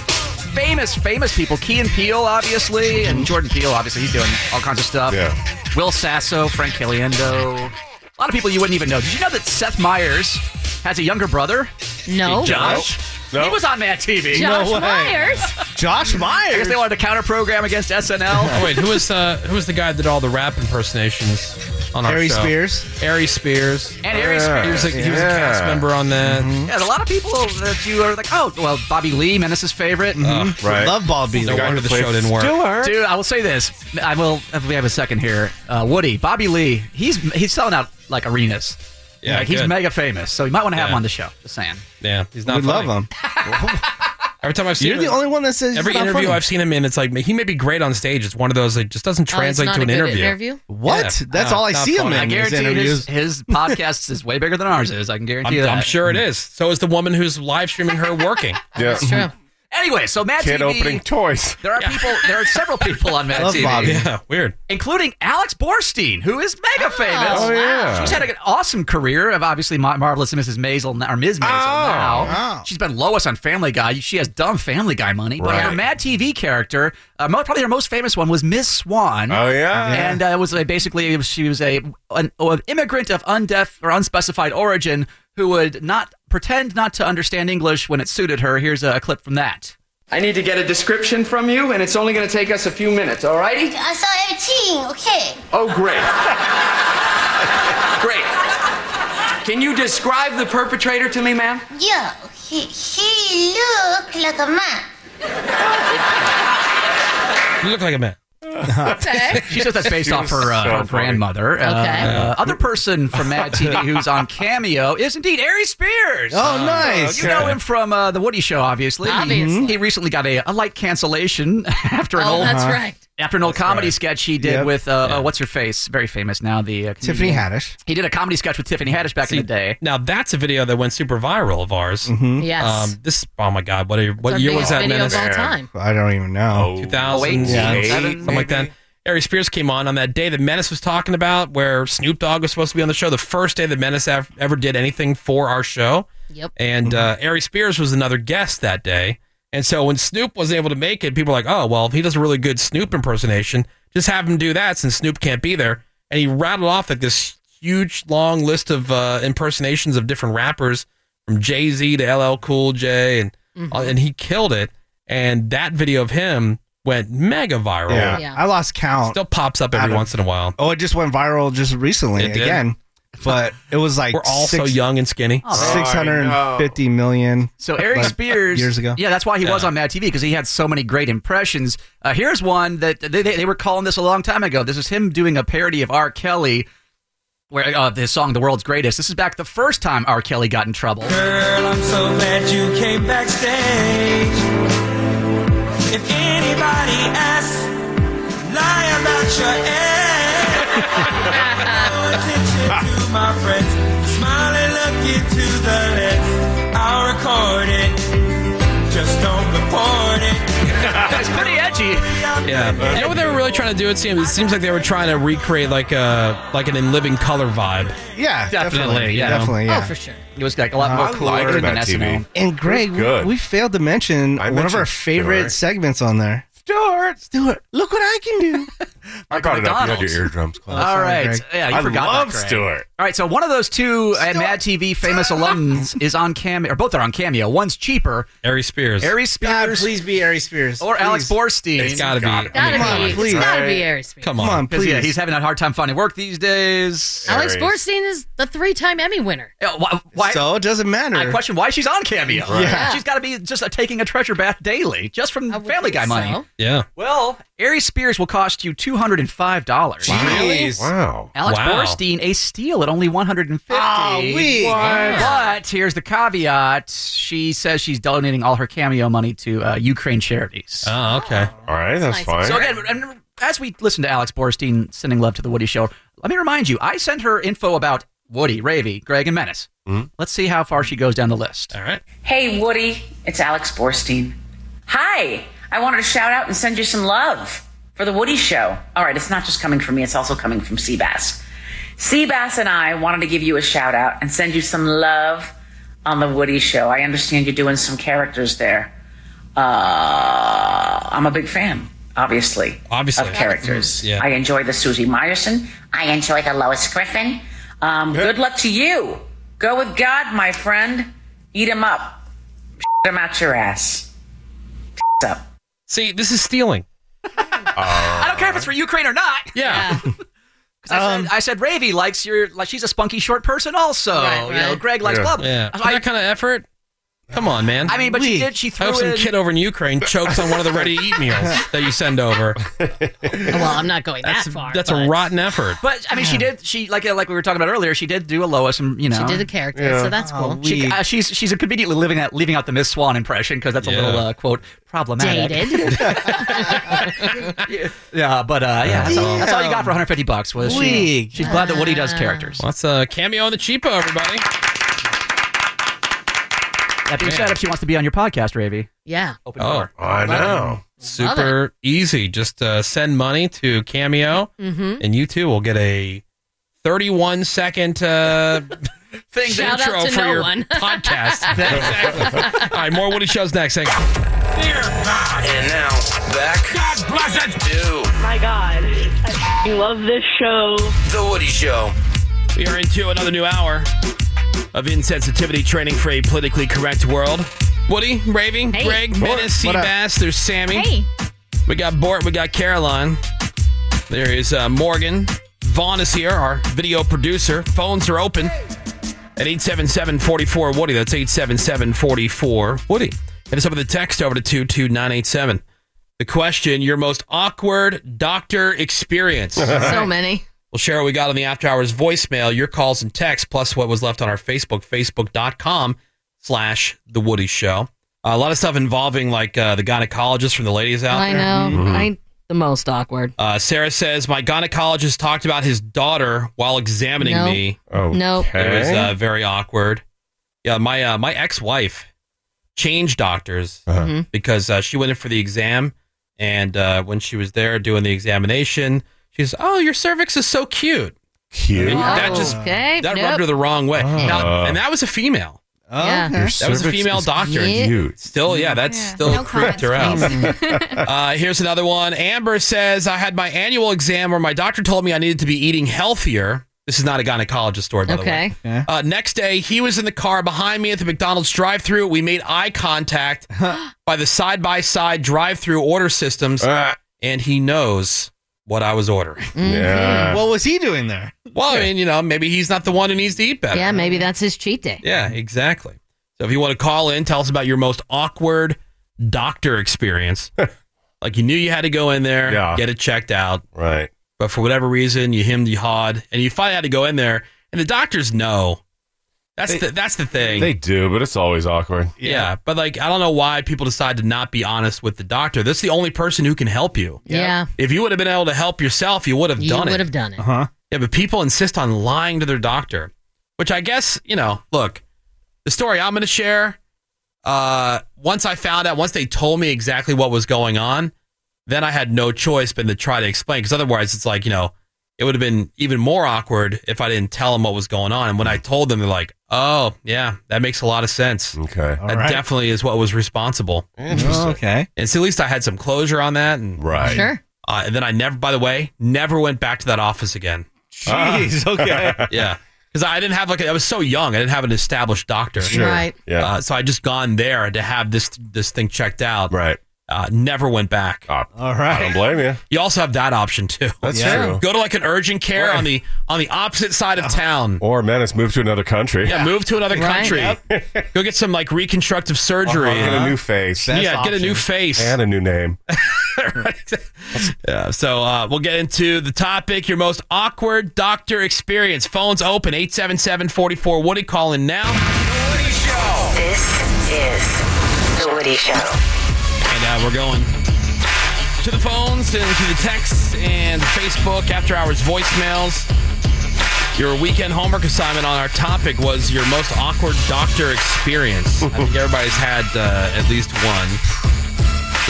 famous famous people. Key Peele, obviously, and Jordan Peele, obviously, he's doing all kinds of stuff. Yeah. Will Sasso, Frank Caliendo. A lot of people you wouldn't even know. Did you know that Seth Meyers has a younger brother?
No.
Josh. He was on Mad TV.
Josh Myers.
Josh Myers. I guess they wanted to counter program against SNL.
Oh, wait, who was uh, who was the guy that did all the rap impersonations on our
Harry
show?
Spears?
Harry Spears,
And Harry Spears.
He was a, he was a
Yeah. Mm-hmm.
cast member on that.
Yeah, there's a lot of people that you are like, oh, well, Bobby Lee, Menace's favorite.
Uh,
Mm-hmm.
right. Love Bobby No Lee. wonder the show didn't work. Stuart.
Dude, I will say this. I will, if we have a second here, uh, Woody, Bobby Lee, he's he's selling out like arenas.
Yeah,
Like, he's
good.
mega famous, so you might want to have
Yeah.
him on the show. Just saying.
Yeah, he's not.
We love
funny. Every time I've seen
You're the
him-
only one that says he's
every
not
interview
funny.
I've seen him in, it's like he may be great on stage. It's one of those that just doesn't
Oh, it's
translate
not
to
a
an
good
interview.
interview?
Yeah, no, it's not funny.
I guarantee his, his podcast is way bigger than ours is. I can
I'm,
guarantee you that.
I'm sure it is. So is the woman who's live streaming her working.
Yeah. That's true. Anyway, so Mad
Kid
TV
opening
toys. There are people. There are several people on Mad
Love
TV.
Bobby. Yeah, weird.
Including Alex Borstein, who is mega famous.
Oh, yeah.
She's had an awesome career of obviously Mar- marvelous Mrs. Maisel n- or Ms. Maisel
Oh.
now. She's been Lois on Family Guy. She has dumb Family Guy money, but her
Right.
Mad TV character, uh, mo- probably her most famous one, was Miss Swan. Oh
yeah.
and uh, it was uh, basically it was- she was a an, an immigrant of undeaf or unspecified origin who would not pretend not to understand English when it suited her. Here's a clip from that.
I need to get a description from you, and it's only going to take us a few minutes, all righty?
I saw 18, okay.
Oh, great. great. Can you describe the perpetrator to me, ma'am?
Yo, he, he looked like a man.
You look like a man.
she says that's based
She
off
was
her, uh,
so
her
funny.
grandmother. Uh,
Okay.
uh, other person from Mad TV who's on Cameo is indeed Ari Spears. Uh,
Oh, nice.
You know him from uh, The Woody Show, obviously.
Obviously.
He, he recently got a, a light cancellation after an
Oh,
old
that's Uh-huh. right.
after an old comedy sketch he did
Yep.
with uh, uh, what's her face, very famous now, the uh,
Tiffany
comedian.
Haddish.
He did a comedy sketch with Tiffany Haddish back
See,
in the day.
Now that's a video that went super viral of ours.
Yes.
Um, this. Oh my God. What? What
our
year was
biggest
that?
video of
Menace?
all time.
I don't even know.
2000, something like that. Ari Spears came on on that day that Menace was talking about, where Snoop Dogg was supposed to be on the show. The first day that Menace ev- ever did anything for our show.
Yep.
And uh, Ari Spears was another guest that day. And so when Snoop was able to make it, people were like, oh, well, if he does a really good Snoop impersonation, just have him do that since Snoop can't be there. And he rattled off like this huge, long list of uh, impersonations of different rappers from Jay Z to LL Cool J. And,
Mhm.
and he killed it. And that video of him went mega viral.
Yeah. I lost count.
Still pops up every
Adam.
once in a while.
Oh, it just went viral just recently
It did.
again. But it was like
We're all so
six-
young and skinny.
Oh,
Six hundred and fifty million.
So Eric
like,
Spears,
years ago.
yeah, that's why he was
Yeah.
on Mad TV because he had so many great impressions. Uh, here's one that they, they, they were calling this a long time ago. This is him doing a parody of R. Kelly, where uh, his song "The World's Greatest." This is back the first time R. Kelly got in trouble.
Girl, I'm so glad you came backstage. If anybody asks, lie about your ass. no attention to my friends. Smile and look into the lens. I'll record it. Just don't report it.
That's pretty edgy.
Yeah. You know what they were really trying to do? It seems it seems like they were trying to recreate like a like an in living color vibe.
Yeah,
Definitely, yeah.
definitely. Yeah. Uh,
Oh, for sure. It was like a lot more cooler than SNL.
And Greg, we, we failed to mention one of
mentioned
our favorite
Stuart.
segments on there.
Stuart,
Stuart, look what I can do.
I brought it up. You had
McDonald's.
your eardrums closed.
All right. Yeah, you
I
forgot
love
about Greg.
Stuart.
All right, so one of those two uh, Mad TV famous alums is on Cameo, or both are on Cameo. One's cheaper.
Ari Spears.
Ari Spears.
God, please be Ari Spears.
Or Alex Borstein.
It's gotta be. Gotta
Gotta be, it's gotta be Ari Spears.
Come on. Come on,
'Cause, Yeah,
please.
he's having a hard time finding work these days.
Alex Borstein is the three-time Emmy winner.
Yeah, why, why,
so it doesn't matter.
I question why she's on Cameo.
Right. Yeah.
She's got to be just uh, taking a treasure bath daily, just from Family Guy money.
Yeah.
Well, Ari Spears will cost you two hundred and five dollars.
Jeez.
Wow.
Alex
Wow.
Borstein, a steal at only one hundred and fifty.
Oh, we- What?
But here's the caveat: she says she's donating all her cameo money to uh, Ukraine charities.
Oh, okay.
All right, that's fine.
So again, and as we listen to Alex Borstein sending love to the Woody Show, let me remind you: I sent her info about Woody, Ravy, Greg, and Menace. Let's see how far she goes down the list. Mm-hmm. All
right.
Hey, Woody, it's Alex Borstein. Hi, I wanted to shout out and send you some love for The Woody Show. All right, it's not just coming from me, it's also coming from Seabass. Seabass and I wanted to give you a shout out and send you some love on The Woody Show. I understand you're doing some characters there. Uh, I'm a big fan, obviously,
Obviously. Mm-hmm.
of characters.
Yeah.
I enjoy the Susie Meyerson. I enjoy the Lois Griffin. Um, Good luck to you. Go with God, my friend. Eat him up. Shit him out your ass. Up.
See, this is stealing.
I don't care if it's for Ukraine or not. Um,
Yeah.
'Cause I, said, I said Ravy likes your like she's a spunky short person also.
Right,
Oh, You know,
right.
Greg likes blah blah.
Yeah.
So
For
I-
that kind of effort. Come on, man.
I mean, but she did. She
I
threw
hope some
in-
kid over in Ukraine chokes on one of the ready to eat meals that you send over.
Well, I'm not going
That's
that far.
that's
but
a rotten effort.
But I mean, she did. She like like we were talking about earlier. She did do a Lois, and you know,
She did a character, so that's
Oh,
cool.
She, uh, she's she's conveniently leaving out leaving out the Miss Swan impression because that's a little uh, quote problematic.
Dated.
Yeah, but uh, yeah, that's, All, that's all you got for
Damn.
150 bucks was she,
Weak.
she's glad that Woody does characters.
Well, that's uh, a cameo on the cheapo, everybody.
That being said, if she wants to be on your podcast, Ravy,
Yeah.
open door.
Oh, I
know.
Super easy. Just uh, send money to Cameo,
Mhm.
and you too will get a 31 second uh,
thing
Shout out
intro
to
for
no
your
one.
podcast. Exactly. All right, more Woody shows next. Thanks.
And now back. God bless it. To
My God, I love this show.
the Woody Show.
We are into another new hour of insensitivity training for a politically correct world. Woody, Raving,
Hey.
Greg,
What?
Menace,
What up?
Seabass, there's Sammy. We got Bort, we got Caroline. There is uh, Morgan. Vaughn is here, our video producer. Phones are open at 877-44 Woody. That's 877-44 Woody. Hit us up with a text over to 22987. The question, your most awkward doctor experience.
so many.
We'll share what we got on the after hours voicemail, your calls and texts, plus what was left on our Facebook, facebook.com slash The Woody Show. Uh, a lot of stuff involving like uh, the gynecologist from the ladies out
I
there.
know.
Mm-hmm.
I the most awkward.
Uh, Sarah says, My gynecologist talked about his daughter while examining
No.
me.
Nope.
It was uh, very awkward. Yeah, my uh, my ex wife changed doctors
Mhm.
because uh, she went in for the exam, and uh, when she was there doing the examination, she says, "Oh, your cervix is so cute." Cute. that just
Oh, Okay,
that
nope.
rubbed her the wrong way. Now-
Uh.
Oh.
and that was a female.
Yeah. Your
Oh, That was a
cervix
female
is
doctor.
cute.
Still, yeah, that's still
No
creeped her out.
comments,
uh, here's another one. Amber says, I had my annual exam where my doctor told me I needed to be eating healthier. This is not a gynecologist story, by the way.
Okay.
Uh, next day, he was in the car behind me at the McDonald's drive thru. We made eye contact by the side by side drive thru order systems, and he knows what I was ordering.
Mm-hmm.
Yeah. What was he doing there?
Well, I mean, you know, maybe he's not the one who needs to eat better.
Yeah, maybe that's his cheat day.
Yeah, exactly. So if you want to call in, tell us about your most awkward doctor experience. like you knew you had to go in there,
Yeah.
get it checked out.
Right.
But for whatever reason, you hemmed, you hawed, and you finally had to go in there, and the doctors know. That's the that's the thing.
They do, but it's always awkward.
yeah. but like I don't know why people decide to not be honest with the doctor. That's the only person who can help you.
Yeah.
If you would have been able to help yourself, you would have
You
done it.
would have done it.
Uh-huh. Yeah, but people insist on lying to their doctor, which I guess, you know, look, the story I'm going to share, uh, once I found out, once they told me exactly what was going on, then I had no choice but to try to explain because otherwise it's like, you know, it would have been even more awkward if I didn't tell them what was going on. And when I told them, they're like, oh, yeah, that makes a lot of sense.
Okay.
That
right.
definitely is what was responsible.
Interesting.
Okay. And so at least I had some closure on that. And
right.
Sure.
Uh, and then I never, by the way, never went back to that office again.
Jeez, Ah. okay.
yeah. Because I didn't have like a, I was so young, I didn't have an established doctor.
Sure. Right.
Yeah. Uh, so I just gone there to have this this thing checked out. Right. Uh, never went back.
All right. I don't
Ah, blame you.
You also have that option too.
That's Yeah. true.
Go to like an urgent care on the on the opposite side of town.
Or menace moved to another country.
Yeah, move to another
Right.
country. Go get some like reconstructive surgery.
Uh-huh. Get a new face.
yeah, get a new face.
and a new name.
Yeah, so uh, we'll get into the topic your most awkward doctor experience. Phones open 877 44 Woody. Call in now.
This is The Woody Show.
And uh, we're going to the phones and to the texts and Facebook after hours voicemails. Your weekend homework assignment on our topic was your most awkward doctor experience. I think everybody's had uh, at least one.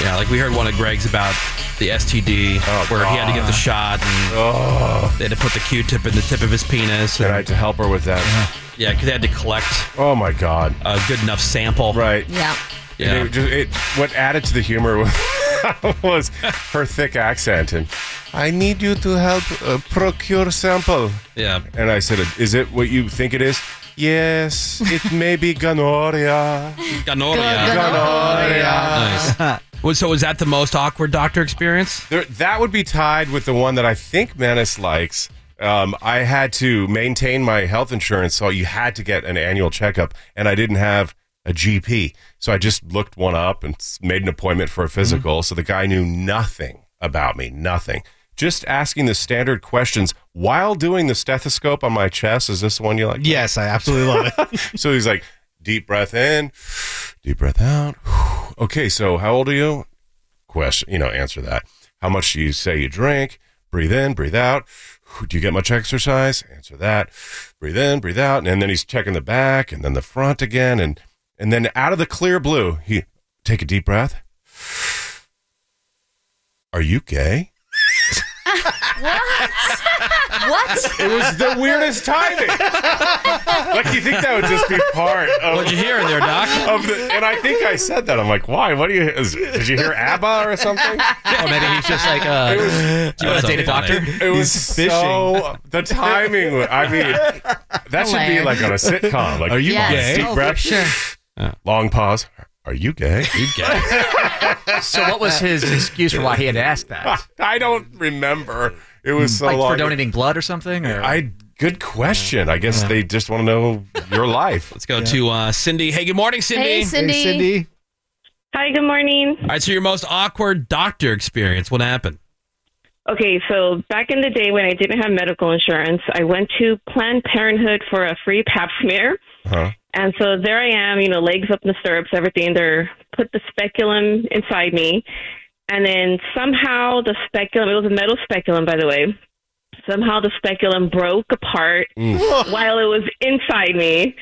Yeah, like we heard one of Greg's about the STD where he had to get
God.
the shot and they had to put the Q-tip in the tip of his penis. And I
had to help her with that.
Yeah, because they had to collect.
Oh my god.
A good enough sample.
Right.
Yeah.
And
Yeah.
It just, it, what added to the humor was, was her thick accent and I need you to help uh, procure sample.
Yeah.
And I said, "Is it what you think it is?" Yes, it may be gonorrhea.
Gonorrhea.
Gonorrhea.
Nice. Well, so was that the most awkward doctor experience?
There, that would be tied with the one that I think Menace likes. Um, I had to maintain my health insurance, so you had to get an annual checkup, and I didn't have a GP, so I just looked one up and s- made an appointment
Mm-hmm.
for a physical. So the guy knew nothing about me, nothing. Just asking the standard questions while doing the stethoscope on my chest. Is this the one you like?
Yes, I absolutely love
it. so he's like, deep breath in, deep breath out. Okay, so how old are you? question, you know, answer that. How much do you say you drink? Breathe in, breathe out. Do you get much exercise? Answer that. Breathe in, breathe out. And then he's checking the back and then the front again. And, and then out of the clear blue, he take a deep breath. Are you gay?
What? what?
It was the weirdest timing. Like you think that would just be part of
What'd you hear in there, Doc?
Of the, and I think I said that. I'm like, why? What do you? Is, did you hear ABBA or something?
Oh, maybe he's just like, uh,
It was-
do you want to date a doctor?
It was so the timing. wa- I mean, that should be
Hilarious.
like on a sitcom. Like,
Are you Yes. gay?
Deep
Oh, for
breath. Long pause. Are you gay?
You gay?
So what was his excuse for why he had to ask that?
I don't remember. It was so
Mm. like
long.
for donating blood or something. Or?
I good question. I guess they just want to know your life.
Let's go to uh, Cindy. Hey, good morning, Cindy.
Hi, good morning.
All right, so your most awkward doctor experience. What happened?
Okay, so back in the day when I didn't have medical insurance, I went to Planned Parenthood for a free pap smear.
Huh?
And so there I am, you know, legs up in the stirrups, everything. They're put the speculum inside me. And then somehow the speculum, it was a metal speculum, by the way. Somehow the speculum broke apart
Mm.
while it was inside me.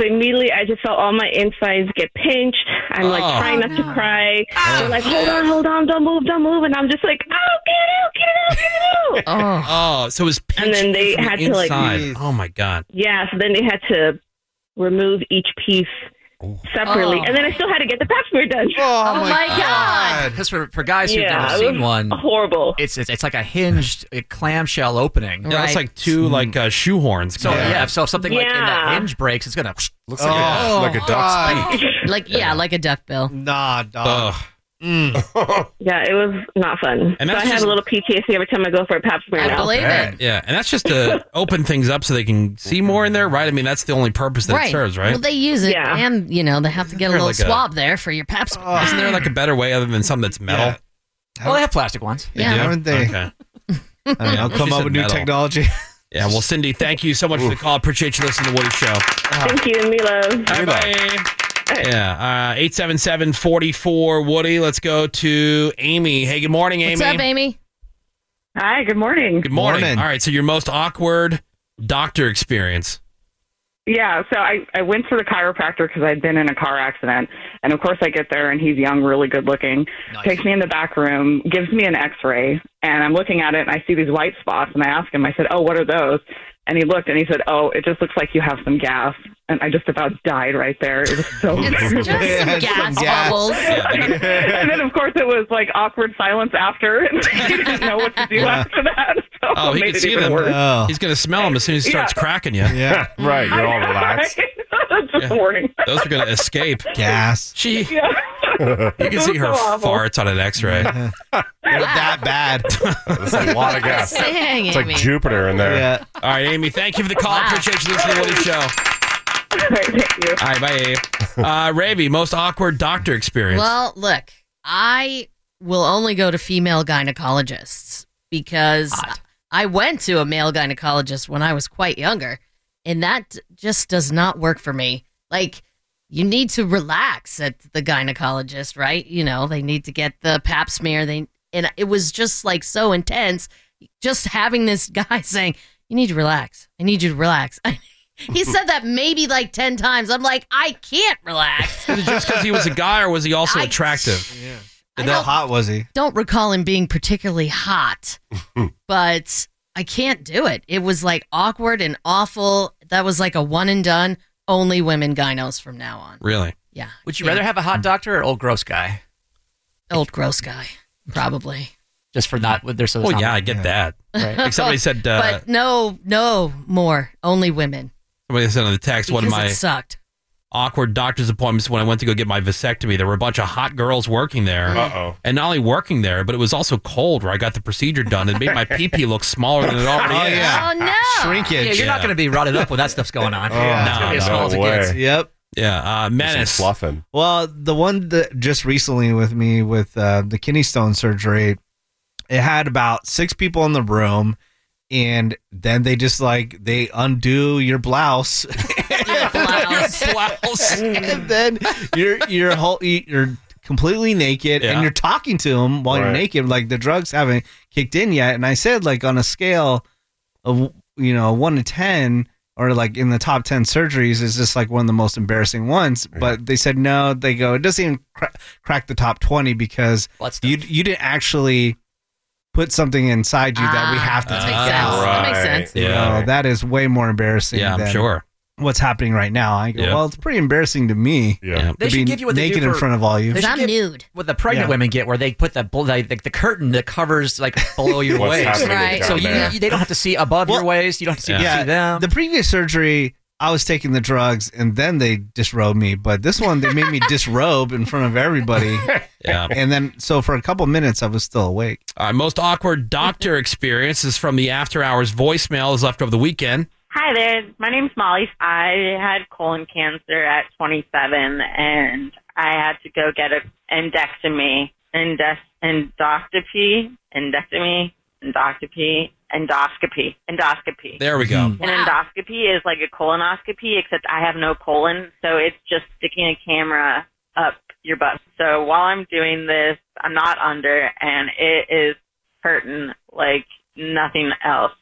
So immediately I just felt all my insides get pinched. I'm like
Oh.
trying not
Oh,
to cry. They're like, hold on, hold on, don't move, don't move. And I'm just like, oh, get it out, get it out, get it out.
Oh, so it was
And then
pinching
they
from
had to, like-
inside. Oh my god.
Yeah, so then they had to remove each piece separately,
Oh.
and then I still had to get the pap smear done.
Oh, my my God. God.
Because for, for guys who've
Yeah,
never
it
seen
was
one,
horrible.
It's, it's it's like a hinged uh, clamshell opening. Mm.
Yeah, that's like two like uh, shoehorns.
So yeah, if, so if something like in
Yeah.
that hinge breaks, it's gonna looks
like a- Oh, like a duck's
God. Like yeah, like a duck bill.
Nah,
Ugh.
yeah, it was not fun.
And
so I
that's
have
just-
a little PTSD every time I go for a pap smear. now.
Yeah, and that's just to open things up so they can see more in there, right? I mean, that's the only purpose that it serves, right?
Well, they use it,
Yeah.
and you know they have to get a
They're
little
like a-
swab there for your pap smear.
Isn't there like a better way other than something that's metal?
Well, they have plastic ones.
They
Yeah.
do?
Haven't they?
Okay.
I don't know,
She
come up
said
with new technology.
Yeah, well, Cindy, thank you so much for the call. Appreciate you listening to the Woody Show.
Thank you, me love.
Bye Yeah, uh, 877-44-WOODY. Let's go to Amy. Hey, good morning, Amy.
What's up, Amy?
Hi. Good morning.
Good morning. All right, so your most awkward doctor experience.
Yeah, so I, I went to the chiropractor because I'd been in a car accident. And of course, I get there and he's young, really good looking. Takes me in the back room, gives me an x ray, and I'm looking at it and I see these white spots. And I ask him, I said, Oh, what are those? And he looked and he said, Oh, it just looks like you have some gas. And I just about died right there. It was so
It's just some gas bubbles.
and then, of course, it was like awkward silence after. And I didn't know what to do
Yeah.
after that. So
Oh,
it
he
made
can
it
see
even
them.
worse.
He's going to smell them as soon as he starts
Yeah.
cracking you.
Yeah.
Right, you're all relaxed.
That's just boring.
Those are going to escape. Gas. She, you can see her
So awful.
farts on an x-ray.
that bad.
That's a lot of gas.
Dang,
it's like
Amy.
Jupiter in there.
Yeah.
All right, Amy, thank you for the call. Appreciate you listening to the Woody Show.
Thank you.
All right, bye, Abe. Uh, Ravi, most awkward doctor experience.
Well, look, I will only go to female gynecologists because I went to a male gynecologist when I was quite younger, and that just does not work for me. Like, you need to relax at the gynecologist, right? You know, they need to get the pap smear. They and it was just like so intense. Just having this guy saying, "You need to relax. I need you to relax." he said that maybe like ten times. I'm like, I can't relax.
Is it just because he was a guy, or was he also attractive? Yeah.
don't-
How hot was he?
don't recall him being particularly hot, but I can't do it. It was like awkward and awful. That was like a one and done. Only women gynos from now on.
Really? Mm.
Yeah.
Would you
Yeah.
rather have a hot doctor or old gross guy?
Old gross guy, probably.
Just for not with their so.
Oh, yeah, I get that. Like somebody said, uh,
but no, no more. Only women.
somebody sent on the text one of
Because
my
it sucked.
awkward doctor's appointments when I went to go get my vasectomy. There were a bunch of hot girls working there.
Uh-oh.
And not only working there, but it was also cold where I got the procedure done and made my pee pee look smaller than it already
Oh,
is.
yeah.
Oh, no.
Yeah, you're not going to be rotted up when that stuff's going on.
Yeah.
It's gonna be as
No,
small
no
as it gets.
way.
Yep.
Yeah, uh, menace.
Fluffing.
Well, the one that just recently with me with uh, the kidney stone surgery, it had about six people in the room, and then they just like they undo your blouse, and then you're you're whole you're completely naked,
Yeah.
and you're talking to them while
Right.
you're naked, like the drugs haven't kicked in yet. And I said like on a scale of you know one to ten or like in the top 10 surgeries is just like one of the most embarrassing ones but they said no they go it doesn't even cra- crack the top 20 because you you didn't actually put something inside you that we have to
that
take
makes sense.
out
Ah. That makes sense.
You
Yeah.
know, that is way more embarrassing
Yeah, I'm
than
sure.
what's happening right now i go
Yeah.
well it's pretty embarrassing to me
yeah
They
to
should
be
give you what they do
naked in
for-
front of all you
they should give What the pregnant
Yeah.
women get, where they put the, bl- the, the the curtain that covers like below your
What's
waist,
happening Right. down
so you,
there.
you- they don't have to see above your waist. You don't have to see, see that.
The previous surgery, I was taking the drugs and then they disrobed me. But this one, they made me disrobe in front of everybody.
Yeah.
And then, so for a couple minutes, I was still awake.
All right, most awkward doctor experience is from the after hours voicemail is left over the weekend.
Hi there. My name's Molly. I had colon cancer at 27 and I had to go get an endectomy, endes- endoscopy, endectomy, endoscopy, endoscopy, endoscopy.
There we go.
An endoscopy is like a colonoscopy, except I have no colon, so it's just sticking a camera up your butt. So while I'm doing this, I'm not under, and it is hurting like nothing else.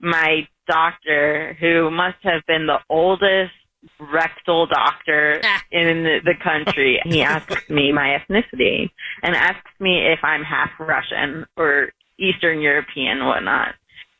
My doctor, who must have been the oldest rectal doctor in the country, he asked me my ethnicity and asks me if I'm half Russian or Eastern European, whatnot.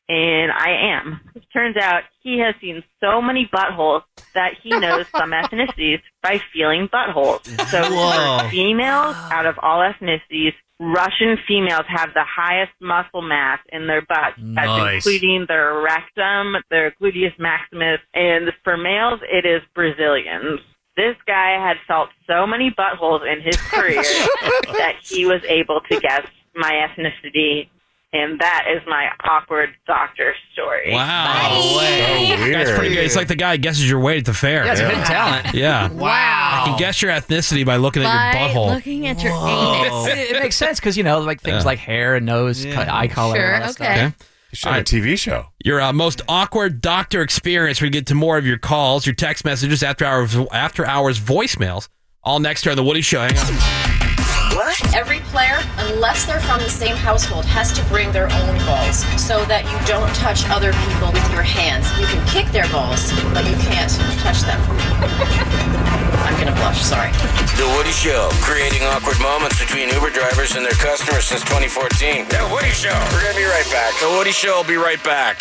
and I am. It turns out he has seen so many buttholes that he knows some ethnicities by feeling buttholes. So
Whoa.
for females out of all ethnicities, Russian females have the highest muscle mass in their butts, that's
Nice.
including their rectum, their gluteus maximus, and for males, it is Brazilians. This guy had felt so many buttholes in his career that he was able to guess my ethnicity, and that is my awkward doctor story.
Wow.
Oh,
That's
weird.
pretty good. It's like the guy guesses your weight at the fair.
Yeah, it's hidden talent.
Yeah.
Wow.
I can guess your ethnicity by looking at your butthole.
looking at your
It's-
anus.
it makes sense because you know, like things like hair and nose, co- eye color.
Sure,
and all that
okay.
Stuff.
should have a TV show.
Your uh, most awkward doctor experience. We get to more of your calls, your text messages, after hours, after hours voicemails, all next here on the Woody Show. Hang on.
What? Every player, unless they're from the same household, has to bring their own balls so that you don't touch other people with your hands. You can kick their balls, but you can't touch them. I'm gonna blush, sorry.
The Woody Show, creating awkward moments between Uber drivers and their customers since 2014. The Woody Show. We're going to be right back. The Woody Show will be right back.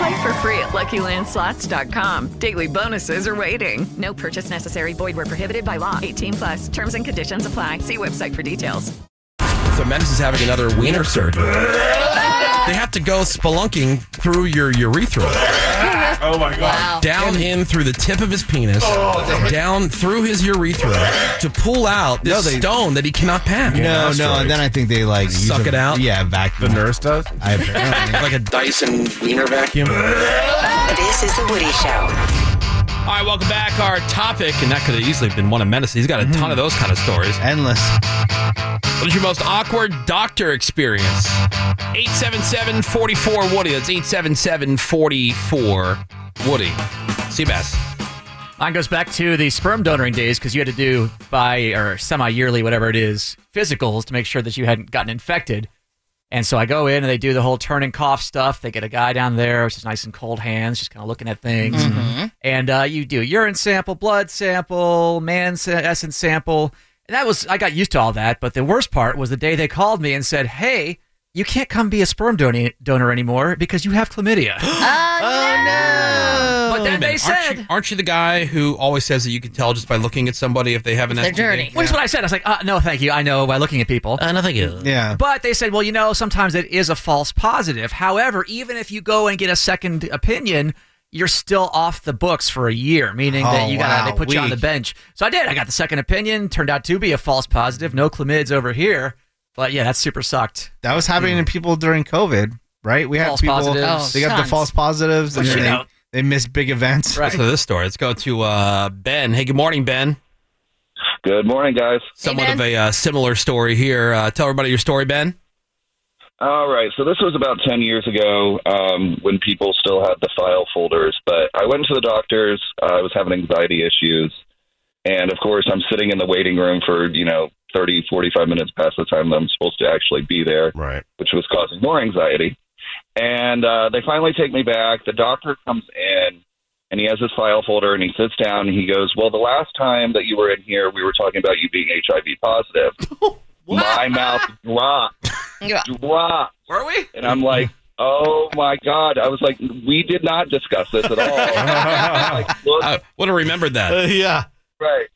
Play for free at LuckyLandSlots.com. Daily bonuses are waiting. No purchase necessary. Void where prohibited by law. 18 plus. Terms and conditions apply. See website for details.
So Menace is having another wiener surgery. they have to go spelunking through your urethra.
Oh my god.
Down in through the tip of his penis, down through his urethra to pull out this
No, they-
stone that he cannot pass.
no, no. And then I think they like use
Suck
a-
it out?
Yeah, vacuum. The
nurse does.
I apparently
like a Dyson wiener vacuum.
This is the Woody Show.
All right, welcome back. Our topic, and that could have easily been one of Menace. He's got a ton of those kind of stories.
Mm-hmm. Endless.
What is your most awkward doctor experience? 877 44 Woody. That's 877 44 Woody. Seabass.
Mine goes back to the sperm donoring days because you had to do bi or semi yearly, whatever it is, physicals to make sure that you hadn't gotten infected. And so I go in and they do the whole turn and cough stuff. They get a guy down there, which is nice and cold hands, just kind of looking at things. And uh, you do a urine sample, blood sample, man sa- essence sample. And that was, I got used to all that. But the worst part was the day they called me and said, hey, you can't come be a sperm donor, donor anymore because you have chlamydia.
no.
But then they
aren't you, aren't you the guy who always says that you can tell just by looking at somebody if they have an STD?
Which is what I said. I was like, uh, no, thank you. I know by looking at people. Uh,
no, thank you.
Yeah.
But they said, well, you know, sometimes it is a false positive. However, even if you go and get a second opinion, you're still off the books for a year, meaning
Oh,
that you gotta
wow,
they put you on the
weak.
bench. So I did. I got the second opinion. Turned out to be a false positive. No chlamyds over here. But yeah, that's super sucked.
That was happening to people during COVID, right? We had
False
people.
positives.
They got
Tons.
the false positives, and
Which,
then
you
they,
know-
they missed big events.
Right. So this story. Let's go to uh, Ben. Hey, good morning, Ben. Good morning, guys. Somewhat of a uh, similar story here. Uh, tell everybody your story, Ben.
All right, so this was about 10 years ago um, when people still had the file folders, but I went to the doctor's. Uh, I was having anxiety issues. And of course, I'm sitting in the waiting room for, you know, 30, 45 minutes past the time that I'm supposed to actually be there,
right.
which was causing more anxiety. And uh, they finally take me back. The doctor comes in and he has his file folder and he sits down and he goes, Well, the last time that you were in here, we were talking about you being HIV positive. My mouth dropped. dropped.
Were we?
And I'm like, oh my god! I was like, we did not discuss this at all. like, look, I
would have remembered that.
yeah. Right.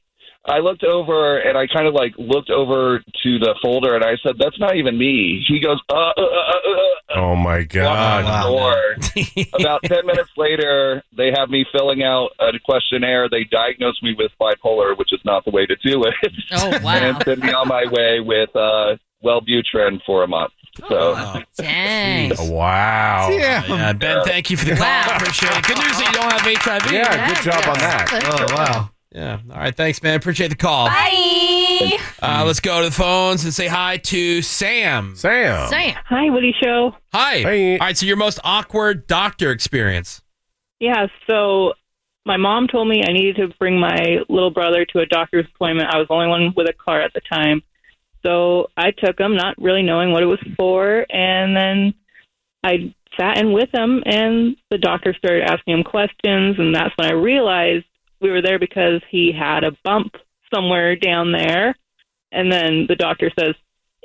I looked over and I kind of like looked over to the folder and I said, "That's not even me." He goes, "Uh, uh, uh, uh, uh,
Oh my god.
Knock on the door. About 10 minutes later, they have me filling out a questionnaire. They diagnose me with bipolar, which is not the way to do it.
Oh, wow.
and send me on my way with uh, Wellbutrin for a month.
Oh,
So,
Dang.
wow.
Yeah. ben, thank you for the call. Appreciate it. Good news that you don't have HIV.
Yeah, good job on that.
Oh, wow. Yeah. All right. Thanks, man. Appreciate the call.
Bye.
Uh, let's go to the phones and say hi to Sam. Sam.
Sam.
Hi, Woody Show. Hi. All right. So, your most awkward doctor experience.
Yeah, so my mom told me I needed to bring my little brother to a doctor's appointment. I was the only one with a car at the time. So I took them, not really knowing what it was for, and then I sat in with him, and the doctor started asking him questions, and that's when I realized we were there because he had a bump somewhere down there. And then the doctor says,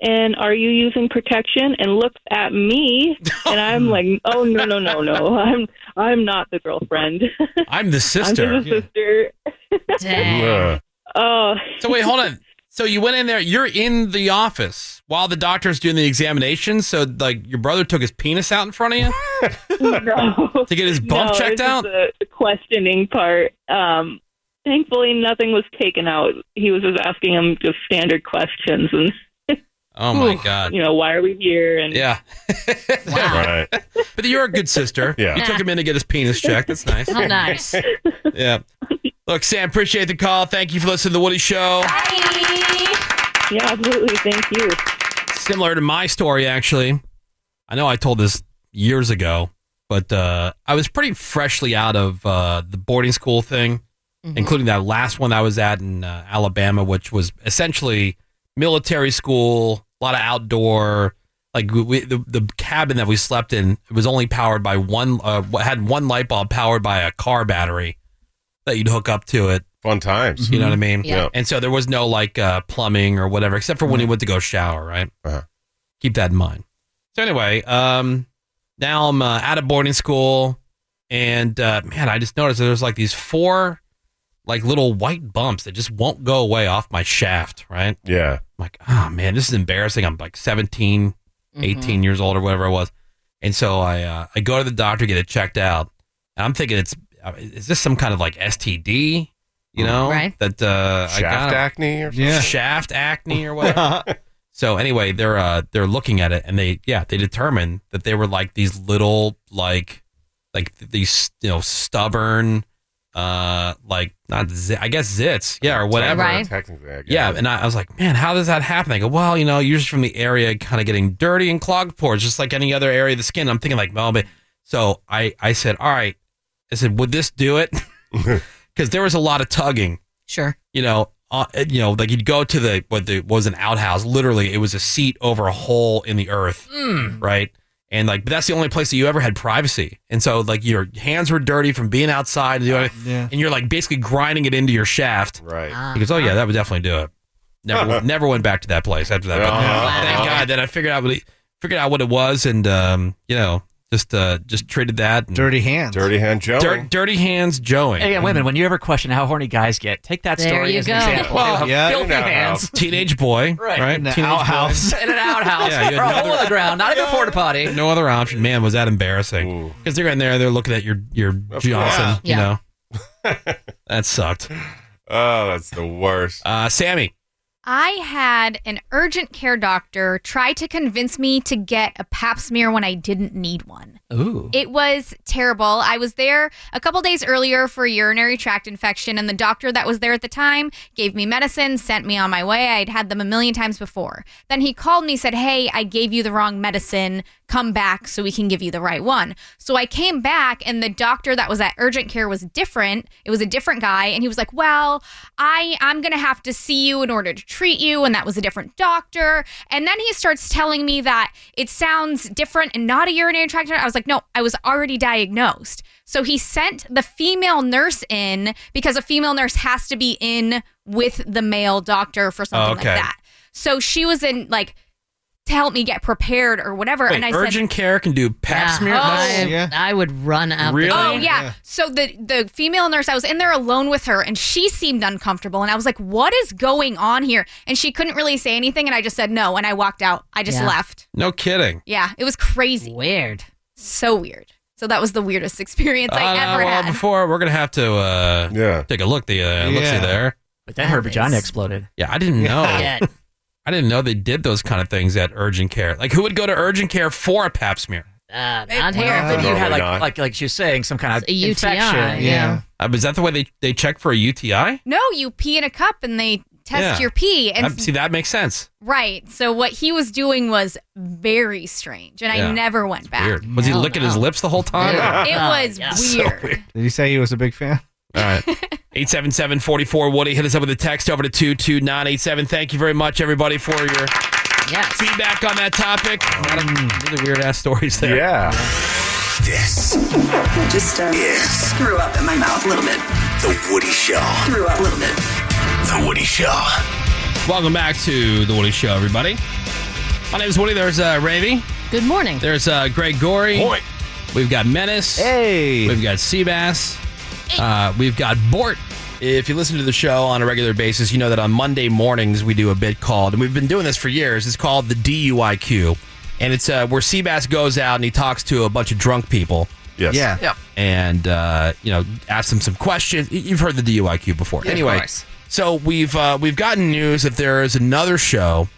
and are you using protection? And looks at me, and I'm like, oh no no no no, I'm I'm not the girlfriend.
I'm the sister.
I'm just a sister.
Yeah.
Oh.
So wait, hold on. So you went in there. You're in the office while the doctor's doing the examination. So like your brother took his penis out in front of you to get his bump
no,
checked
this is
out.
The, the questioning part. Um, thankfully, nothing was taken out. He was just asking him just standard questions and.
Oh my god.
You know why are we here? And
Yeah. Right. But you're a good sister. Yeah. You took him in to get his penis checked. That's nice.
How nice.
Yeah. Look, Sam, appreciate the call. Thank you for listening to the Woody Show.
Yeah, absolutely. Thank you.
Similar to my story, actually. I know I told this years ago, but uh, I was pretty freshly out of uh, the boarding school thing,
Mhm.
including that last one I was at in uh, Alabama, which was essentially military school, a lot of outdoor. Like we- we, the the cabin that we slept in, it was only powered by one. Uh, had one light bulb powered by a car battery that you'd hook up to it.
Fun times.
You know what I mean?
Yeah. Yeah.
And so there was no like uh, plumbing or whatever, except for when he went to go shower, right? Keep that in mind. So anyway, um, now I'm uh, out of boarding school, and uh, man, I just noticed that there's like these four like little white bumps that just won't go away off my shaft, right?
Yeah.
like, oh man, this is embarrassing. I'm like 17, 18 years old or whatever I was. And so I uh, I go to the doctor get it checked out. And I'm thinking it's uh, is this some kind of like STD, you know?
Right.
That uh I
Shaft
got-
acne or something? Yeah.
Shaft acne or whatever. so anyway, they're uh they're looking at it and they yeah, they determined that they were like these little like like th- these you know stubborn uh like not zi- I guess zits, yeah, or whatever.
Right. Technically, I guess.
Yeah, and I, I was like, man, how does that happen? I go, well, you know, you're just from the area, kind of getting dirty and clogged pores, just like any other area of the skin. I'm thinking like, well, but so I, I said, all right, I said, would this do it? Because there was a lot of tugging.
Sure.
You know, uh, you know, like you'd go to the what the was an outhouse. Literally, it was a seat over a hole in the earth
Mm-hmm.
Mm.
right? And like, but that's the only place that you ever had privacy. And so like your hands were dirty from being outside and, doing it, and you're like basically grinding it into your shaft.
Right.
He goes, oh yeah, that would definitely do it. Never, went- never went back to that place after that. But
Uh-huh.
Thank God that I figured out what it, figured out what it was, and um, you know, just uh, just treated that. and-
Dirty hands.
Dirty hand Joey.
Dirt- dirty hands Joey.
Hey, women, when you ever question how horny guys get, take that
There
story
you
as
go.
an example.
Well,
They have
yeah.
filthy
In an
hands.
outhouse. Teenage boy,
Right.
right?
In an
Teenage boy.
outhouse. In an outhouse.
Yeah, you had
Or a
no
hole in
other-
the ground, not even a porta potty.
No other option. Man, was that embarrassing? Because they're in there, they're looking at your your Johnson.
Yeah.
You know, that sucked.
Oh, that's the worst.
Uh, Sammy.
I had an urgent care doctor try to convince me to get a pap smear when I didn't need one.
Ooh.
It was terrible. I was there a couple days earlier for a urinary tract infection, and the doctor that was there at the time gave me medicine, sent me on my way. I'd had them a million times before. Then he called me, said, Hey, I gave you the wrong medicine. Come back so we can give you the right one. So I came back, and the doctor that was at urgent care was different. It was a different guy, and he was like, Well, I, I'm going to have to see you in order to treat you. And that was a different doctor. And then he starts telling me that it sounds different and not a urinary tract. infection. I was like, no, I was already diagnosed. So he sent the female nurse in because a female nurse has to be in with the male doctor for something
okay.
like that. So she was in like to help me get prepared or whatever.
Wait,
and I said,
urgent care can do pap
Yeah.
smear.
Oh,
That's-
I-
I would run out.
Really?
The
Oh yeah. So the the female nurse, I was in there alone with her, and she seemed uncomfortable, and I was like, "What is going on here?" And she couldn't really say anything, and I just said no, and I walked out. I just
Yeah.
left.
No kidding.
Yeah, it was crazy.
Weird.
So weird. So that was the weirdest experience I
Uh,
ever
well,
had.
before we're gonna have to uh, take a look. The uh, look see
Yeah.
there.
But that her vagina exploded.
Yeah, I didn't know.
Yeah.
I didn't know they did those kind of things at urgent care. Like, who would go to urgent care for a pap smear?
Uh,
not here. But you had like, like like she was saying some kind of
It's a UTI,
infection.
yeah.
Uh, is that the way they, they check for a UTI?
no, you pee in a cup, and they test
Yeah.
your pee, and
Uh, see, that makes sense.
right. So what he was doing was very strange, and
Yeah.
I never went back.
Weird. Was he licking his lips the whole time?
It was
So
weird.
weird.
Did he say he was a big fan?
All right. 877 44 Woody. Hit us up with a text over to 22987. Thank you very much, everybody, for your feedback on that topic. Really weird ass stories there.
Yeah.
This
Just uh, threw up in my mouth a little bit.
The Woody Show.
Threw up a little bit.
The Woody Show.
Welcome back to The Woody Show, everybody. My name is Woody. There's uh, Ravy.
Good morning.
There's uh, Greg Gorey. We've got Menace. Hey. We've got Seabass. Uh, we've got Bort. If you listen to the show on a regular basis, you know that on Monday mornings we do a bit called, and we've been doing this for years. It's called the DUIQ, and it's uh, where Seabass goes out and he talks to a bunch of drunk people.
Yes. Yeah.
Yep.
And uh, you know, ask them some questions. Y- You've heard the DUIQ before,
Yeah, of
anyway.
course.
So we've uh, we've gotten news that there is another show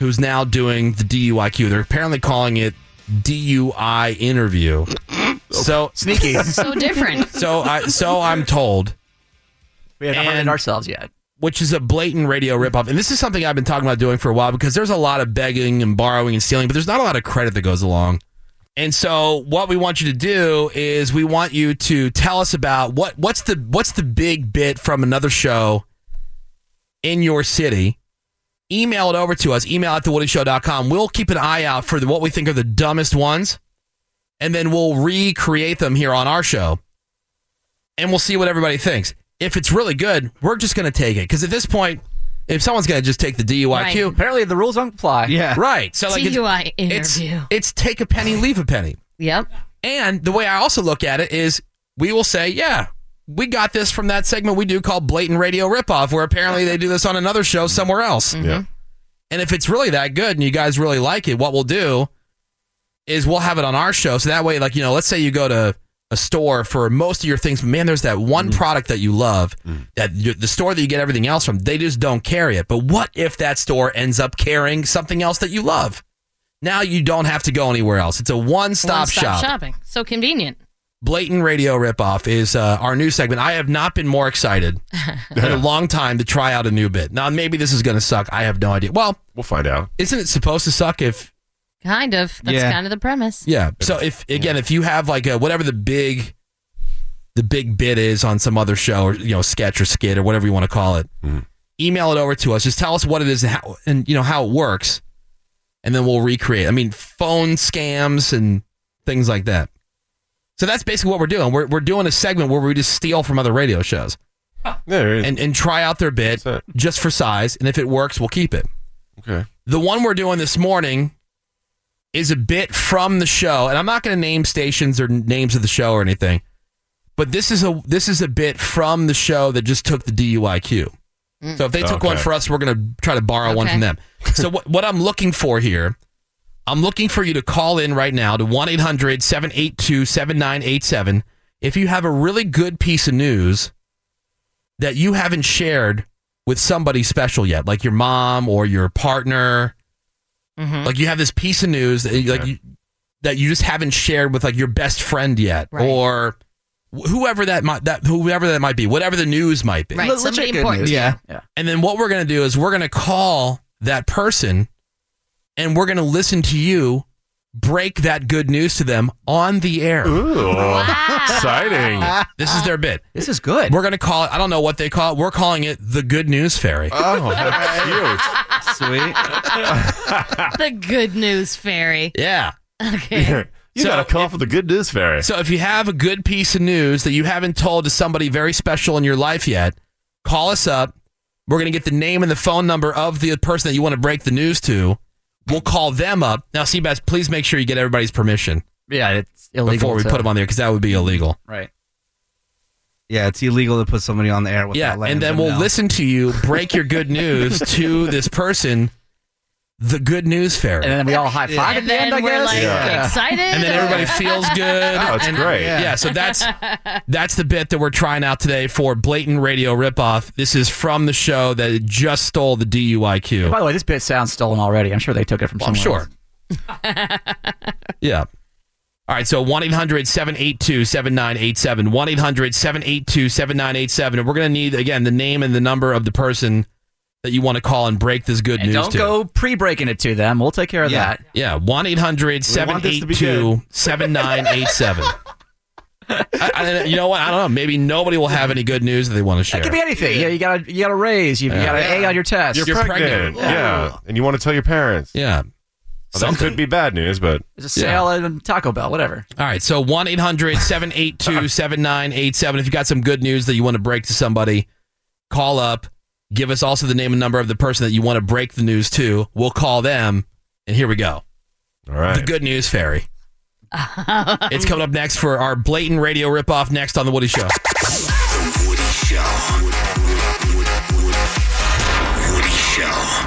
who's now doing the DUIQ. They're apparently calling it DUI interview. So
Sneaky. So different.
So I so I'm told.
We haven't heard it ourselves yet.
Which is a blatant radio ripoff. And this is something I've been talking about doing for a while because there's a lot of begging and borrowing and stealing, but there's not a lot of credit that goes along. And so what we want you to do is we want you to tell us about what what's the what's the big bit from another show in your city. Email it over to us, email at thewoodyshow.com. We'll keep an eye out for the, what we think are the dumbest ones, and then we'll recreate them here on our show. And we'll see what everybody thinks. If it's really good, we're just going to take it. Because at this point, if someone's going to just take the DUIQ.
Right. Apparently the rules don't apply.
Yeah. Right. So like it's-
DUI
it's,
interview.
It's take a penny, leave a penny.
Yep.
And the way I also look at it is we will say, yeah, we got this from that segment we do called Blatant Radio Ripoff, where apparently they do this on another show somewhere else. Yeah. And if it's really that good and you guys really like it, what we'll do is we'll have it on our show. So that way, like, you know, let's say you go to a store for most of your things. Man, there's that one
Mm-hmm.
product that you love
Mm.
that you, the store that you get everything else from, they just don't carry it. But what if that store ends up carrying something else that you love? Now you don't have to go anywhere else. It's a one stop
One-stop
shop
shopping. So convenient.
blatant radio ripoff is uh, our new segment. I have not been more excited in a long time to try out a new bit. Now, maybe this is going to suck. I have no idea. Well,
we'll find out.
Isn't it supposed to suck if?
Kind of. That's
Yeah.
kind of the premise.
Yeah. So if again, if you have like a whatever the big, the big bit is on some other show or you know sketch or skit or whatever you want to call it, email it over to us. Just tell us what it is and how and you know how it works, and then we'll recreate. I mean, phone scams and things like that. So that's basically what we're doing. We're, we're doing a segment where we just steal from other radio shows. and, and try out their bid just for size. And if it works, we'll keep it.
Okay.
The one we're doing this morning is a bit from the show. And I'm not going to name stations or names of the show or anything. But this is a this is a bit from the show that just took the DUIQ. So if they took one
Okay.
for us, we're going to try to borrow one
Okay.
from them. So what, what I'm looking for here, I'm looking for you to call in right now to 1-800-782-7987 if you have a really good piece of news that you haven't shared with somebody special yet, like your mom or your partner. Mm-hmm. Like you have this piece of news that you, like you, that you just haven't shared with like your best friend yet, or wh- whoever that might that whoever that might be, whatever the news might be.
Right, Legit somebody good important. news. Yeah.
And then what we're gonna do is we're gonna call that person, and we're gonna listen to you break that good news to them on the air. Ooh,
exciting!
This is their bit. This is good. We're gonna call it. I don't know what they call it. We're calling it the good news fairy.
Oh, that's
cute. Sweet.
the good news fairy.
Yeah.
Okay.
You got to
call for the good news fairy.
So if you have a good piece of news that you haven't told to somebody very special in your life yet, call us up. We're going to get the name and the phone number of the person that you want to break the news to. We'll call them up. Now, Seabass, please make sure you get everybody's permission.
Yeah, it's illegal
Before we
to-
put them on there, because that would be illegal.
Right.
Yeah, it's illegal to put somebody on the air.
yeah,
Without letting
and then
them
we'll
know.
listen to you break your good news to this person, the good news fairy. And
then we all high
five at And the end, then I we're, guess? like, excited
And then
or-
everybody feels good.
Oh, it's
And-
great.
Yeah. so that's that's the bit that we're trying out today for blatant radio ripoff. This is from the show that just stole the DUIQ.
By the way, this bit sounds stolen already. I'm sure they took it from
Well, I'm
somewhere.
sure. Yeah. All right, so 1 800 782 7987. 1 800 782 7987. And we're going to need, again, the name and the number of the person that you want to call and break this good
And
news
don't
to.
go pre breaking it to them. We'll take care of
yeah.
that.
Yeah, 1 800
We want this to be good.
782 7987. I, I- you know what? I don't know. Maybe nobody will have any good news that they want to share.
It could be anything. Yeah, you got a you got a raise. You, you
Yeah.
got an A on your test.
You're, pregnant. Yeah. And you want to tell your parents.
Yeah.
that could be bad news, but.
There's a sale at Taco Bell. Whatever.
All right. So 1 800 782 7987. If you got some good news that you want to break to somebody, call up. Give us also the name and number of the person that you want to break the news to. We'll call them. And here we go.
All right.
The good news fairy. it's coming up next for our blatant radio ripoff next on The Woody Show.
Woody Show. Woody Show.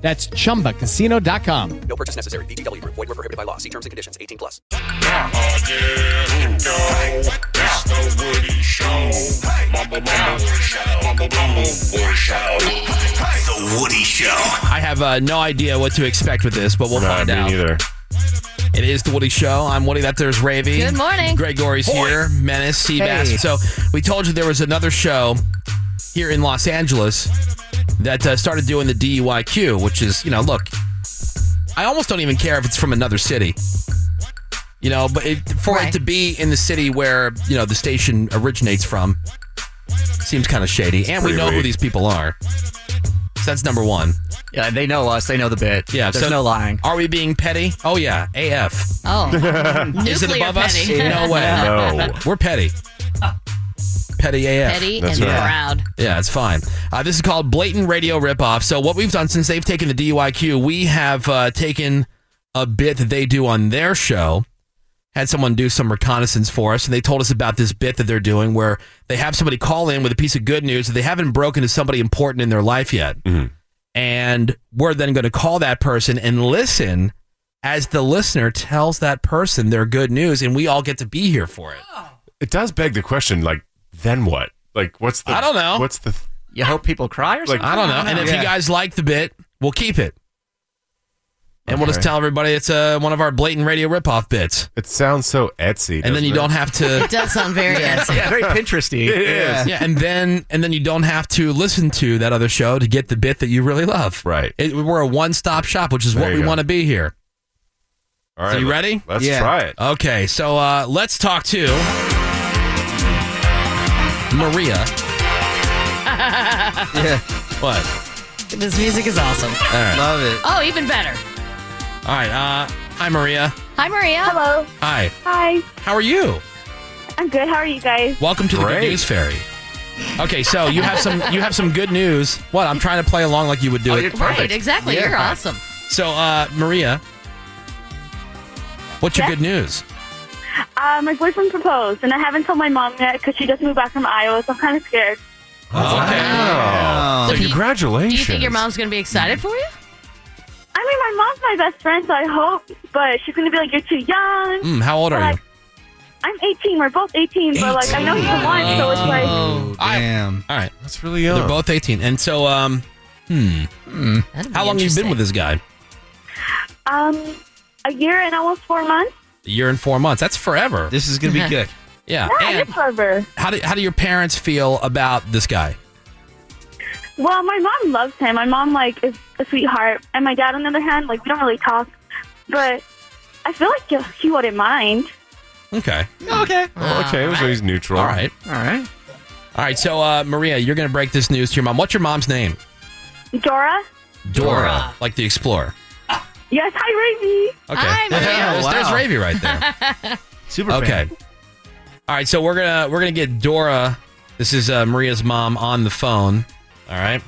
That's chumbacasino.com.
No purchase necessary. VGW Group. Void were prohibited by law. See terms and conditions. 18 plus.
The Woody Show.
I have uh, no idea what to expect with this, but we'll find out.
Neither.
It is the Woody Show. I'm Woody. That there's Ravy.
Good morning.
Gregory's here. Menace, Seabass.
Hey.
So we told you there was another show here in Los Angeles that uh, started doing the DUIQ, which is you know, look, I almost don't even care if it's from another city. You know, but it, for it to be in the city where you know the station originates from seems kind of shady, and we
Pretty
know who
weak.
these people are. So that's number one.
Yeah, they know us. They know the bit.
Yeah,
There's
so
no lying.
Are we being petty? Oh yeah, AF.
Oh.
is it
Nuclear
above
petty.
us? No way.
No.
We're petty. Petty AF.
Petty That's and right. proud.
Yeah, it's fine. Uh, this is called blatant radio ripoff. So what we've done since they've taken the DUIQ, we have uh, taken a bit that they do on their show. Had someone do some reconnaissance for us, and they told us about this bit that they're doing where they have somebody call in with a piece of good news that they haven't broken to somebody important in their life yet.
Mm-hmm.
And we're then going to call that person and listen as the listener tells that person their good news, and we all get to be here for it.
It does beg the question, like, then what? Like, what's the.
I don't know.
What's the.
You hope people cry or
Like-
something?
I don't know. And if you guys like the bit, we'll keep it. And we'll just
Okay.
tell everybody it's uh, one of our blatant radio ripoff bits.
It sounds so Etsy.
And then
doesn't
you
it?
don't have to.
It does sound very
Yeah.
Etsy.
Yeah, very Pinteresty.
It is.
Yeah.
Yeah. and then and then you don't have to listen to that other show to get the bit that you really love.
Right.
It, we're a one-stop shop, which is
There
what
you
we
go.
want to be here.
All
so
right,
you
let-
ready?
let's Yeah. try it.
Okay, so uh, let's talk to Maria.
yeah.
What?
This music is awesome.
All right. Love it.
Oh, even better.
All right. Uh, hi, Maria.
Hi, Maria. Hello.
Hi.
Hi.
How are you?
I'm good. How are you guys?
Welcome to the
Great.
Good News Fairy. Okay, so you have some you have some good news. What? I'm trying to play along like you would do
Oh,
it.
you're perfect. Right, exactly. You're
All
awesome.
So, uh, Maria, what's your good news?
Uh, my boyfriend proposed, and I haven't told my mom yet because she just moved back from Iowa, so I'm kind of scared.
Oh.
So do you-
congratulations.
Do you think your mom's going to be excited for you?
I mean, my mom's my best friend, so I hope, but she's going to be like, you're too young.
Mm, how old are you?
I'm 18. We're both 18, but like, I know he's the one, so it's like,
Damn. all right.
That's really young.
They're both 18. And so, um, hmm.
That'd be
How long have you been with this guy?
um, a year and almost four months.
A year and four months. That's forever. This is
gonna be good.
Yeah.
Yeah,
And
it's forever.
how do, how do your parents feel about this guy?
Well, my mom loves him. My mom like is a sweetheart, and my dad, on the other hand, like we don't really talk, but I feel like he- he wouldn't mind.
Okay.
Okay.
Oh, okay, so he's neutral.
Ah, All right. All right. All right. So, uh, Maria, you're going to break this news to your mom. What's your mom's name?
Dora.
Dora, like the explorer.
Yes, hi, Ravy.
Okay. there's, there's Ravy right there.
Super
okay. All right. So we're gonna we're gonna get Dora. This is uh, Maria's mom on the phone. All right.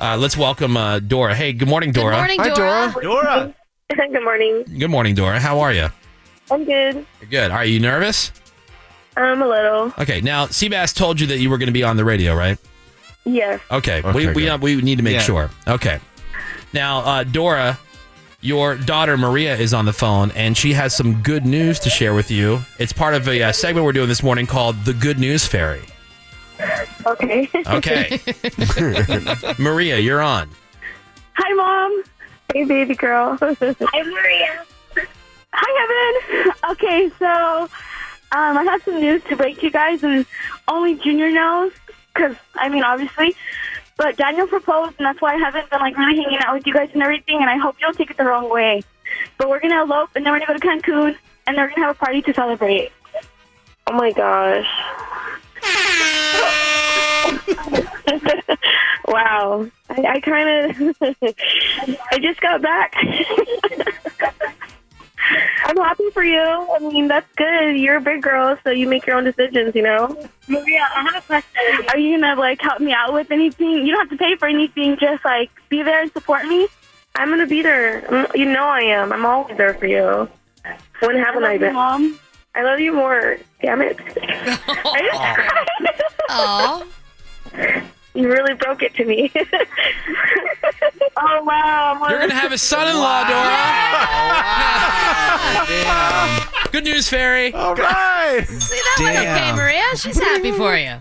Uh, let's welcome uh, Dora. Hey, good morning, Dora.
Dora. Good morning.
Good morning, Dora. How are you?
I'm good.
You're good. Are you nervous?
Um, a little.
Okay. Now, Seabass told you that you were going to be on the radio, right?
Yes.
Okay. we we, uh, we need to make
Yeah.
sure. Okay. Now, uh, Dora, your daughter Maria is on the phone, and she has some good news to share with you. It's part of a uh, segment we're doing this morning called the Good News Fairy.
Okay.
Okay. Maria, you're on.
Hi, mom. Hey, baby girl. Hi, Maria. Hi, Evan. Okay, so um, I have some news to break to you guys, and only Junior knows because I mean, obviously. But Daniel proposed, and that's why I haven't been like really hanging out with you guys and everything. And I hope you don't take it the wrong way. But we're gonna elope, and then we're gonna go to Cancun, and then we're gonna have a party to celebrate. Oh my gosh! wow, I, I kind of I just got back. I'm happy for you. I mean, that's good. You're a big girl, so you make your own decisions, you know? Maria, I have a question. Are you going to, like, help me out with anything? You don't have to pay for anything. Just, like, be there and support me. I'm going to be there. You know I am. I'm always there for you. When haven't I, been? Mom. I love you more. Damn it. Aww. You really broke it to me. oh, wow.
You're going to have a son in law, Dora. Good news, fairy. All right.
See, that went okay, Maria. She's happy for you.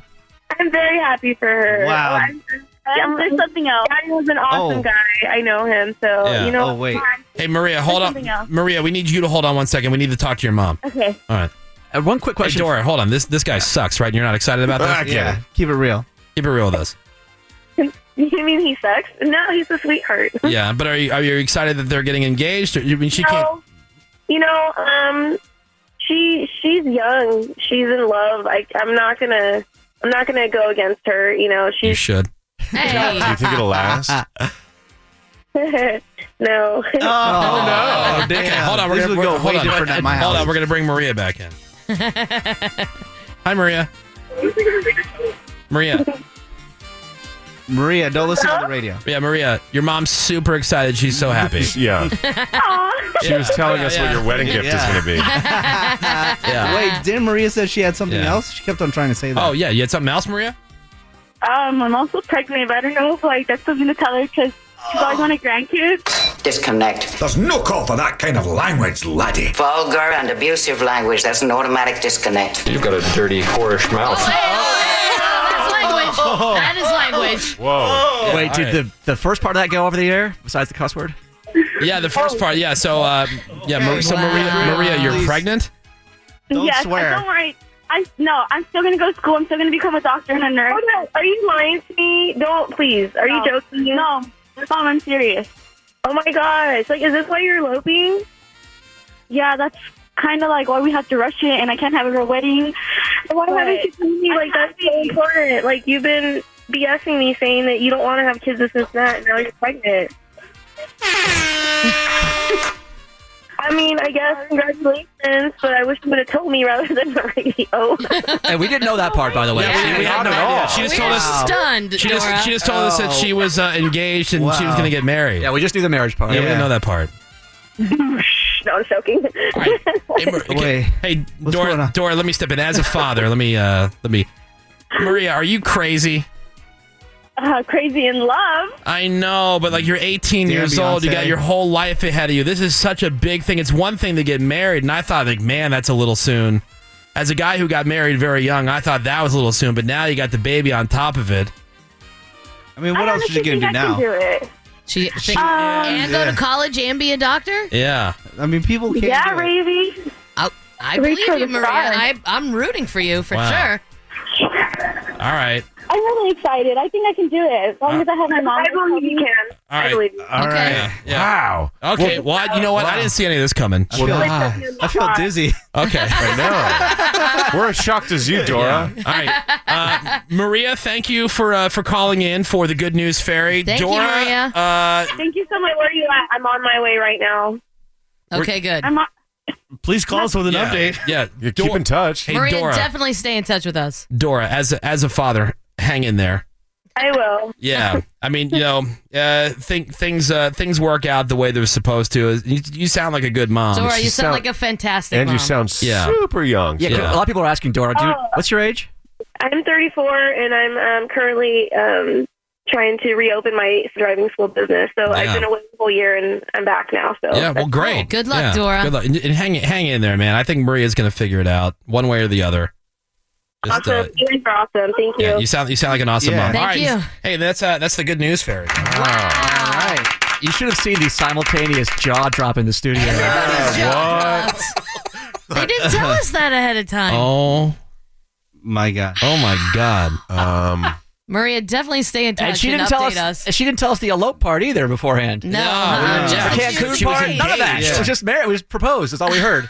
I'm very happy for her. Oh,
Wow.
I'm, I'm, there's something else. Daniel's an awesome
Oh.
guy. I know him, so you know.
oh, wait.
Come
Hey, Maria, hold
Something else.
on. Maria, we need you to hold on one second. We need to talk to your mom.
on. Okay.
All right.
Uh,
one quick question. Hey, Dora, hold on. This this guy sucks, right? You're not excited about this?
I get Yeah. it.
Keep it real. Keep it real with us.
You mean he sucks? No, he's a sweetheart.
Yeah, but are you are you excited that they're getting engaged? Or, I mean, she can't.
You know, um, she she's young. She's in love. I, I'm not gonna I'm not gonna go against her. You know,
You
she's
should.
hey.
last?
no. Oh,
no. Okay, hold on. We're
This
gonna,
Oh, would go
we're- hold
way
on.
different at my
Hold
house.
on. We're going to bring Maria back in. Hi, Maria. Maria.
Maria, don't listen to the radio.
Yeah, Maria. Your mom's super excited. She's so happy. yeah.
She was telling us what your wedding gift is going to be.
Yeah.
Wait, didn't Maria say she had something
Yeah.
else? She kept on trying to say that.
Oh, yeah. You had something else, Maria?
Um, I'm also pregnant, but I don't know if like that's something to tell her because she's always wanted grandkids.
Disconnect.
There's no call for that kind of language, laddie.
Vulgar and abusive language. That's an automatic disconnect. Oh, You've got a dirty, whorish mouth.
That's language. That is language.
Whoa. Wait,
Yeah,
did
all
the, the first part of that go over the air besides the cuss word?
Yeah, the first part. Yeah. So, uh, yeah. Mar- so, Maria, Maria, you're pregnant?
Don't
yes,
swear.
Don't worry. I no. I'm still gonna go to school. I'm still gonna become a doctor and a nurse. Oh, Are you lying to me? Don't please. Are
you joking?
No, mom. I'm serious. Oh my gosh! Like, is this why you're eloping? Yeah, that's kind of like why we have to rush it, and I can't have it at a wedding. Why
haven't you
told me?
Like, that's so important. Like, you've been BSing me saying that you don't want to have kids, this, this, and that, and now you're pregnant.
I mean, I guess congratulations, but I wish you would have told me rather than Oh, the radio.
Hey, we didn't know that part, by the way.
Yeah, we- we had no idea. She just told us. She just, she just told us that she was uh, engaged and she was
Wow.
going to get married. Yeah,
we just knew the marriage part.
Yeah, we
Yeah.
didn't know that part.
no, I'm joking.
Okay. Hey, Dora, Dora, let me step in as a father. let me, uh, let me. Maria, are you crazy?
Uh, crazy in love.
I know, but like you're 18
Dear
years old, you
Beyonce.
got your whole life ahead of you. This is such a big thing. It's one thing to get married, and I thought like, man, that's a little soon. As a guy who got married very young, I thought that was a little soon, but now you got the baby on top of it.
I mean, what else is she gonna do Um, now?
it.
She, she
Yeah.
and go
Yeah.
to college and be a doctor.
Yeah.
I mean, people can't.
Yeah,
Oh, do it.
Ravy.
I, I
Reach
believe
for
you,
the
Maria.
stars.
I, I'm rooting for you for
Wow.
sure.
All right.
I'm really excited. I think I can do it as long as I have my mom. I believe you can.
All right. All right.
Wow.
Okay. Well,
Well-
I- you know what? I
Wow.
didn't see any of this coming.
I feel- God.
I feel dizzy. Okay.
I know. We're as shocked as you, Dora.
All right. Uh, Maria, thank you for uh, for calling in for the Good News Fairy.
Thank you,
Dora,
Maria.
Uh,
Thank you so much. Where are you at? I'm on my way right now.
Okay, good.
I'm on-
Please
call us with an
yeah,
update.
Yeah. keep in touch. Hey,
Maria,
Dora.
definitely stay in touch with us.
Dora, as a, as a father, hang in there.
I will.
Yeah, I mean, you know, uh, think things uh, things work out the way they're supposed to. You, you sound like a good mom.
Dora, you sound, like a fantastic mom.
Um, yeah. super young.
Yeah, 'cause a lot of people are asking Dora, do you, what's your age?
I'm 34, and I'm um, currently um, trying to reopen my driving school business. So
Yeah.
I've been away the whole year, and I'm back now. So
Yeah, well,
that's
great.
cool.
Yeah, Good luck. And, and hang, hang in there, man. I think Maria's going to figure it out one way or the other. Just, uh,
awesome. You guys are awesome. Thank you.
yeah, you sound you sound like an awesome
Yeah.
mom.
Thank
All right.
you.
Hey, that's uh, that's the good news fairy.
All right. You should have seen the simultaneous jaw drop in the studio.
what? They didn't tell us that ahead of time.
Oh
my god.
Oh my god.
Um
Maria, definitely stay in touch.
and she didn't tell us,
update
She didn't tell us the elope part either beforehand.
No, No, uh-uh. no.
the
She
Cancun
was- she was
part. None of that.
engaged.
She was just married. We just proposed. That's all we heard.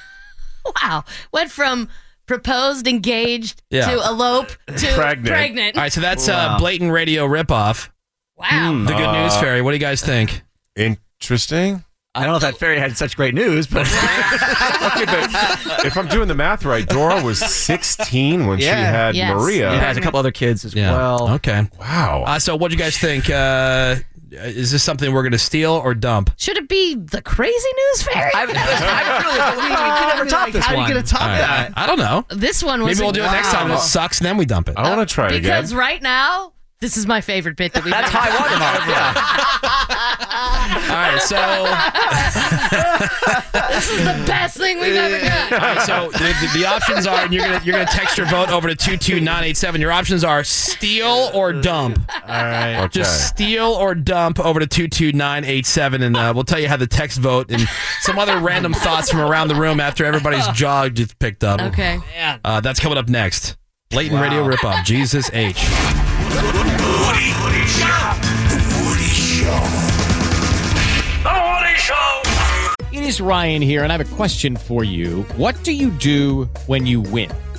Wow. Went from proposed, engaged,
Yeah.
to elope, to pregnant.
All right, so that's
Wow. Hmm.
uh, blatant radio ripoff.
Wow.
The good news
Uh,
fairy. What do you guys think?
Interesting.
I don't know if that fairy had such great news, but
okay, but if I'm doing the math right, Dora was 16 when she
Yeah.
had
Yes.
Maria.
Yeah, had a couple
other kids as
well. Okay.
Wow.
Uh, so, what do you guys think? Uh, is this something we're going to steal or dump?
Should it be the crazy news fairy?
I, really believe we could never top this
How
one.
do you get a top
All right.
that?
I don't know.
This one was
Maybe we'll do it next time.
wow.
It sucks, and then we dump it. I want to try
Because right now, this is my favorite bit that we That's high
watermark.
All right, so
this is the best thing we've ever done.
All right, so the, the, the options are, and you're gonna you're gonna text your vote over to two two nine eight seven. Your options are steal or dump. All right, just steal or dump over to two two nine eight seven, and uh, we'll tell you how the text vote and some other random thoughts from around the room after everybody's jaw gets picked up.
Okay.
uh, that's coming up next. Blatant
Wow.
radio ripoff. Jesus H.
Woody, Woody Show. The Woody Show. The Woody Show.
It is Ryan here, and I have a question for you. What do you do when you win?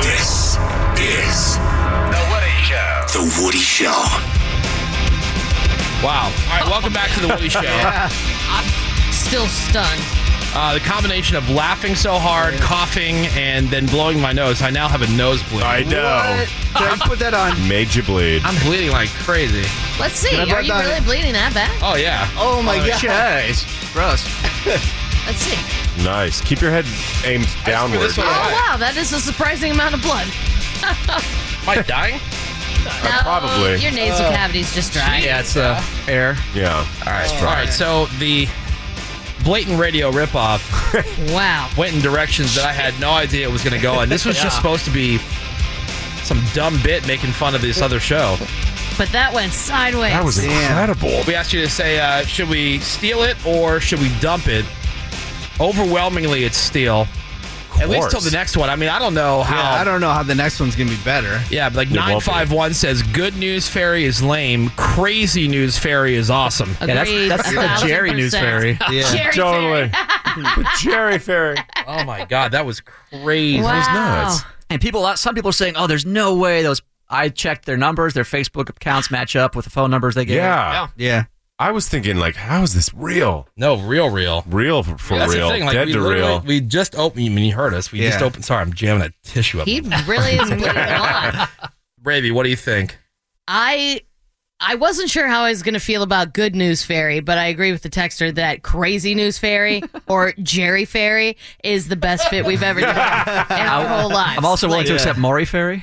This is the Woody Show. The Woody Show.
Wow. All right, welcome back to the Woody Show.
I'm still stunned.
Uh, the combination of laughing so hard, coughing, and then blowing my nose. I now have a nosebleed. I
know.
Ah.
put that on.
Made you bleed.
I'm bleeding like crazy.
Let's see.
Can I
Are
bite
you
on
really
it?
bleeding that bad?
Oh yeah.
Oh, my God.
Jeez. Gross.
Let's see.
Nice. Keep your head aimed downward.
Oh, wow. That is a surprising amount of blood.
Am I dying?
No,
Uh, probably.
Your nasal
Oh.
cavity's just dry.
Yeah, it's uh, air.
Yeah.
All right. All right. So the blatant radio ripoff
wow
went in directions that I had no idea it was going to go in. This was just
Yeah.
supposed to be some dumb bit making fun of this other show.
But that went sideways.
We asked you to say, uh, should we steal it or should we dump it? Overwhelmingly, it's steal. At least
course.
till the next one. I mean, I don't know how.
Yeah, I don't know how the next one's gonna be better.
Yeah, but like
It won't be.
951 says, good news fairy is lame. Crazy news fairy is awesome.
Yeah, that's- Agreed. that's the A Jerry thousand news percent. fairy. Yeah. Jerry
totally.
Jerry Fairy.
Oh, my God. That was crazy.
That was nuts. And people, some people are saying, "Oh, there's no way those." I checked their numbers. Their Facebook accounts match up with the phone numbers they gave.
Yeah.
Yeah.
I was thinking, like, how is this real?
No, real, real.
Real for, for
Yeah, that's the
real.
thing, like,
Dead
we
to
literally-
real.
We just opened. I mean, you heard us. We just
Yeah.
opened. Sorry, I'm jamming a tissue up.
He really is bleeding a lot.
Bravey, what do you think?
I I wasn't sure how I was going to feel about Good News Fairy, but I agree with the texter that Crazy News Fairy or Jerry Fairy is the best fit we've ever done in our whole lives.
I'm also willing to
Like-
accept Maury Ferry.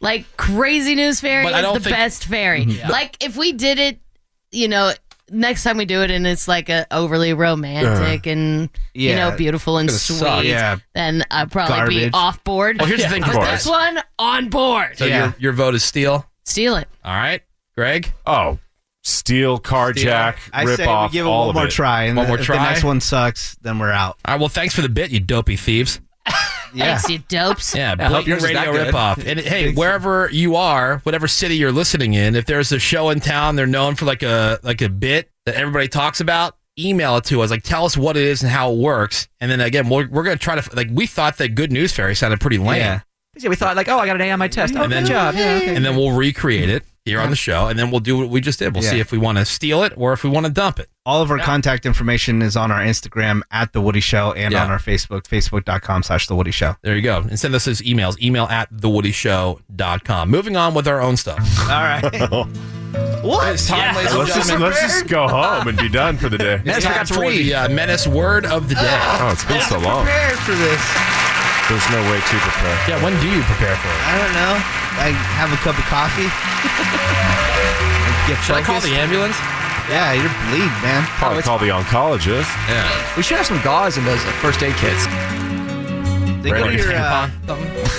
Like Crazy News Fairy
But I
is
don't
the
think-
best fairy.
Mm-hmm.
Mhm. Yeah.
Like if we did it, you know, next time we do it and it's like a overly romantic and you
Yeah.
know beautiful and
It's gonna suck.
sweet,
Yeah.
then I'd probably be
Garbage.
off board.
Well, here's the thing,
But
Cora.
this one on board.
So your, your vote is steal.
Steal it.
All right, Greg.
Oh, steal, carjack,
I
rip
say
off,
we give it
all
one
of
more
it.
try, and
One more
if
try?
the next one sucks, then we're out.
All right. Well, thanks for the bit, you dopey thieves.
Thanks, you dopes.
Yeah,
I hope
blatant
yours is
radio
that good.
ripoff. And hey, wherever you are, whatever city you're listening in, if there's a show in town they're known for like a like a bit that everybody talks about, email it to us. Like tell us what it is and how it works. And then again, we're, we're gonna try to like we thought that good news fairy sounded pretty lame.
Yeah. we thought like, oh, I got an A on my test. Oh,
and
good
then,
job. Yeah, okay.
and then we'll recreate it. here on the show, and then we'll do what we just did. We'll see if we want to steal it or if we want to dump it.
All of our contact information is on our Instagram at The Woody Show and
Yeah.
on our Facebook, facebook.com slash The Woody Show.
There you go. And send us his emails, email at thewoodyshow.com. Moving on with our own stuff. All
right.
what? It's time, ladies and
Let's just,
gentlemen.
let's just go home and be done for the day.
Menace forgot to roll the uh, menace word of the day.
Oh, it's been so long.
Prepared for this.
There's no way to prepare.
Yeah, when do you prepare for it?
I don't know. I have a cup of coffee. Get
Should I call the ambulance?
Yeah, you're bleed, man.
Probably call the oncologist.
Yeah.
Oh, We should have some gauze in those first aid kits.
They
go to your,
uh,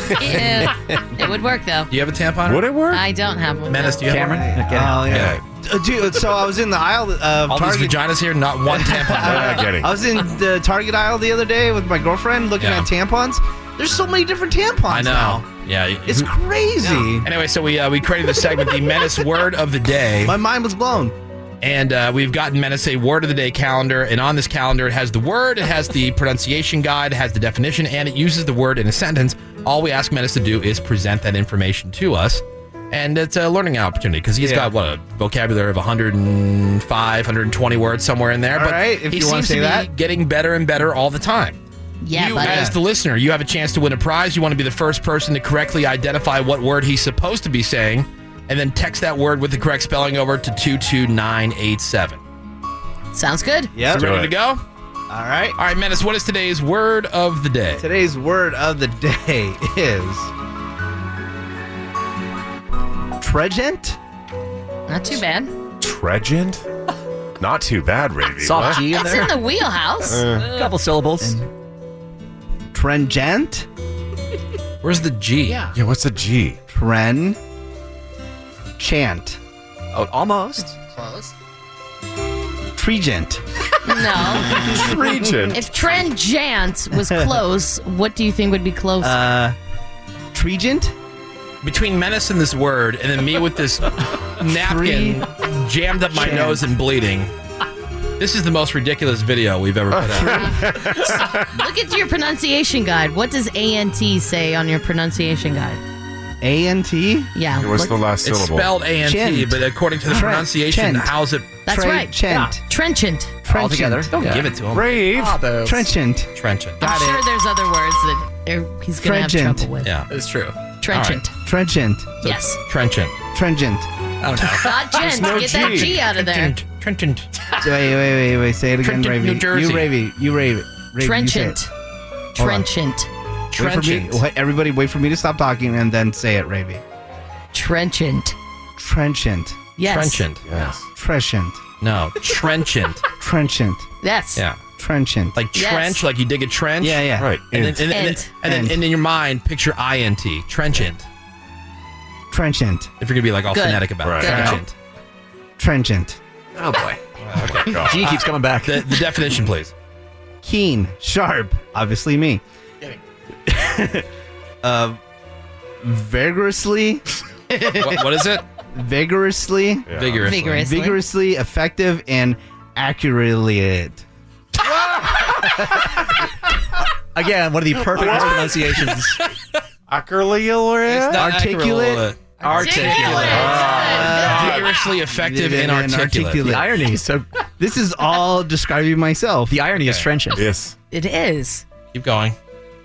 Ew. it would work though.
Do you have a tampon?
Would it work?
I don't have one.
Menace, do you
Cameron?
have one?
Oh, yeah. Uh, Dude, so I was in the aisle of
All
Target.
these vaginas here, not one tampon.
I was in the Target aisle the other day with my girlfriend looking
Yeah.
at tampons. There's so many different tampons
I know.
now.
Yeah.
It's crazy.
Anyway, so we uh, we created the segment, the menace word of the day. My
mind was blown.
And uh, we've gotten menace a word of the day calendar, and on this calendar it has the word, it has the pronunciation guide, it has the definition, and it uses the word in a sentence. All we ask menace to do is present that information to us. And it's a learning opportunity because he's got what a vocabulary of 105, 120 words somewhere in there.
All
but
right, if
he
you wanna
seems
say
to be
that.
getting better and better all the time.
Yeah,
you,
buddy.
as
uh,
the listener, you have a chance to win a prize. You want to be the first person to correctly identify what word he's supposed to be saying, and then text that word with the correct spelling over to 22987.
Sounds good.
Yep.
So ready
Do
to
it.
go?
All right.
All right, Menace, what is today's word of the day?
Today's word of the day is Tregent?
Not too bad.
Tregent? Not too bad, Ravy. What?
Soft G in That's there. in the wheelhouse. Uh.
couple syllables.
Trengent?
Where's the G?
Yeah.
Yeah, what's a G?
Tren. Chant.
Oh, almost.
Close.
Tregent.
No.
Tregent.
If Trangent was close, what do you think would be close?
Uh, Tregent?
Between Menace and this word, and then me with this napkin jammed up my
Chant.
nose and bleeding, this is the most ridiculous video we've ever put out.
Look at your pronunciation guide. What does ANT say on your pronunciation guide?
ANT?
Yeah.
What's
look-
the last
It's
syllable?
spelled ANT, but according to the
Trent.
pronunciation,
Chent.
how's it?
That's right. Yeah. Trenchant.
All together. Don't give it to him.
Brave.
Trenchant.
Ah, Trenchant.
I'm sure there's other words that er- he's going to have
Trenchant.
trouble with.
Yeah, it's true.
Trenchant.
Tregent.
Yes.
Trenchant.
Tregent.
Oh,
Not gent.
no
Get that
G.
G out of there.
Trenchant.
wait, wait, wait, wait. Say it again,
Trenton,
Ravy.
New
You,
Jersey.
Ravy. You, Ravy. Ravy, you say it.
Trenchant.
Hold on.
Trenchant.
Wait for me, wait- everybody, wait for me to stop talking and then say it, Ravy.
Trenchant.
Trenchant.
Yes.
Trenchant. Yes.
Trenchant.
No, trenchant.
Trenchant.
Yes.
Yeah.
Trenchant.
Like
Yes.
trench, like you dig a trench.
Yeah, yeah. Right.
And then,
Int.
and, then, and,
Int.
then, and then in your mind, picture int, trenchant.
Trenchant.
If you're gonna be like all
Good.
phonetic about
Right.
it, trenchant.
Trenchant.
Oh boy.
Okay.
G keeps coming back.
The, the definition, please.
Keen. Sharp. Obviously me. uh, vigorously.
What- what is it?
Vigorously.
Vigorously. Vigorously.
Vigorously effective and accurately.
Again, one of the perfect
What?
mispronunciations.
Acroleolate?
not Articulate?
Articulate. Ah. Vigorously effective and articulate.
The
irony. So
this is all describing myself. The
irony is trenchant.
Yes.
It is.
Keep going.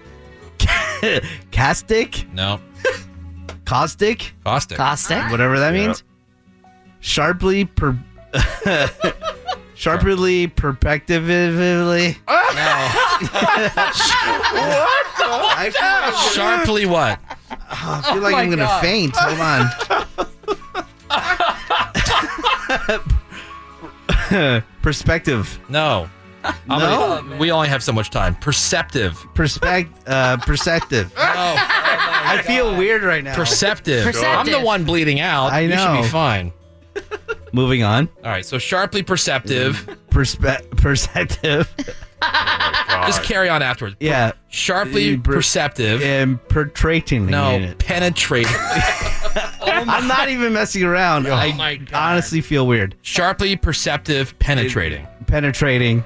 Castic,
No.
caustic, Ah.
Caustic,
Caustic.
whatever that
Yeah.
means. Sharply per. Sharply perspectively.
what the
Sharply what?
Ah, I feel like
Oh
I'm
my
gonna
God.
faint. Hold on. Perspective.
No. How
No?
many- we only have so much time. Perceptive.
Perspect. Uh, perceptive.
Oh
Oh
I feel weird right now.
Perceptive. I'm the one bleeding out.
I
You should
know.
be fine.
Moving on.
All right. So sharply perceptive.
Perspe- perceptive.
Just carry on afterwards.
Yeah.
Sharply
Uh, per-
perceptive.
And penetrating.
No,
it.
penetrating. Oh
I'm not even messing around. I honestly feel weird.
Sharply perceptive, penetrating.
Penetrating.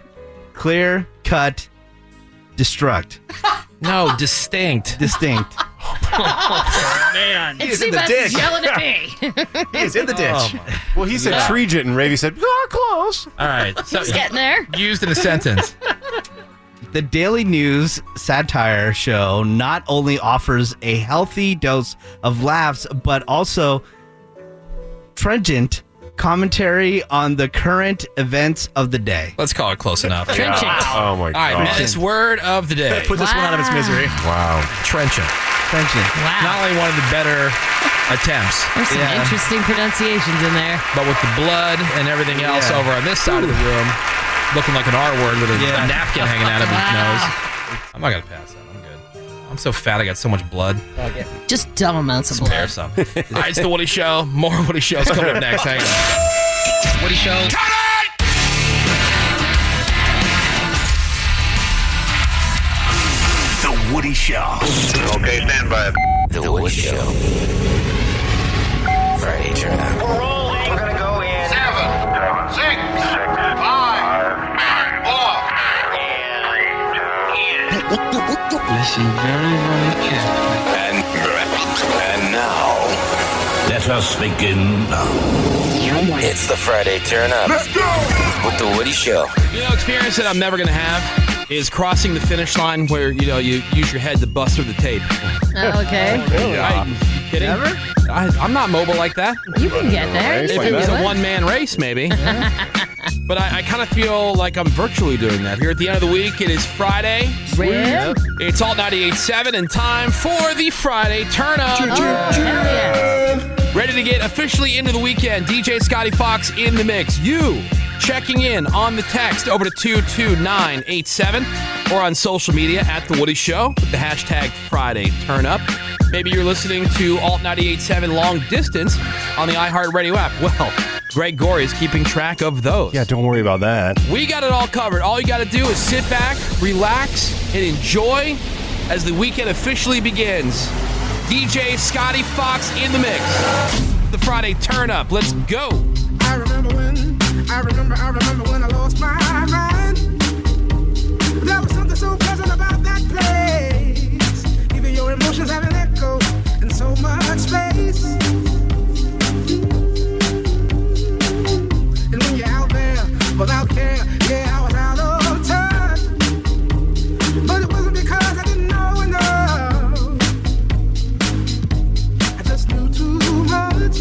Clear. Cut. Destruct.
No, distinct.
Distinct.
man.
It's He's in the Seabass is ditch. yelling at me.
He's in the ditch.
Oh, my.
well, he said
Yeah.
Treegent, and Ravy said, oh, close.
All right.
He's getting there.
Used in a sentence.
The Daily News satire show not only offers a healthy dose of laughs, but also trenchant commentary on the current events of the day.
Let's call it close enough.
Trenchant.
Oh, my
All right,
God.
Matt's word of the day.
Put this one out of its misery.
Wow.
Trenchant.
Trenchant.
Wow. Not only one of the better attempts.
There's some interesting pronunciations in there.
But with the blood and everything else
Yeah.
over on this side of the room, looking like an R word with a,
Yeah.
a napkin hanging out of
Wow.
his nose. I'm not going to pass that. I'm good. I'm so fat. I got so much blood.
Just dumb amounts
It's
of blood.
embarrassing. All right, it's the Woody Show. More Woody Show's coming up next. Hang on. Woody Show.
The Woody Show. Okay, stand by. The Woody Show. Friday, turn up. We're rolling. We're gonna go in. Seven. Seven. Six. Six. Five. Nine. Four. Listen very, very carefully. And, and now, let us begin.
It's the Friday Turn Up. Let's go! With the Woody Show.
You know, experience that I'm never going to have is crossing the finish line where, you know, you use your head to bust through the tape.
Oh, okay.
I, you kidding? Never? I, I'm not mobile like that.
You can get there.
If it was a one man race, maybe. but I, I kind of feel like I'm virtually doing that. Here at the end of the week, it is Friday.
Rip.
It's all 98.7 and time for the Friday turn up. Ready to get officially into the weekend. DJ Scotty Fox in the mix. You checking in on the text over to 22987 or on social media at The Woody Show with the hashtag Friday Turn Up. Maybe you're listening to Alt 987 Long Distance on the iHeartRadio app. Well, Greg Gore is keeping track of those.
Yeah, don't worry about that.
We got it all covered. All you got to do is sit back, relax, and enjoy as the weekend officially begins. DJ Scotty Fox in the mix. The Friday turn up. Let's go.
I remember when, I remember, I remember when I lost my mind. There was something so pleasant about that place. Even your emotions have an echo in so much space. And when you're out there without care, yeah, I was out of touch. But it wasn't because I didn't know enough. I just knew too much.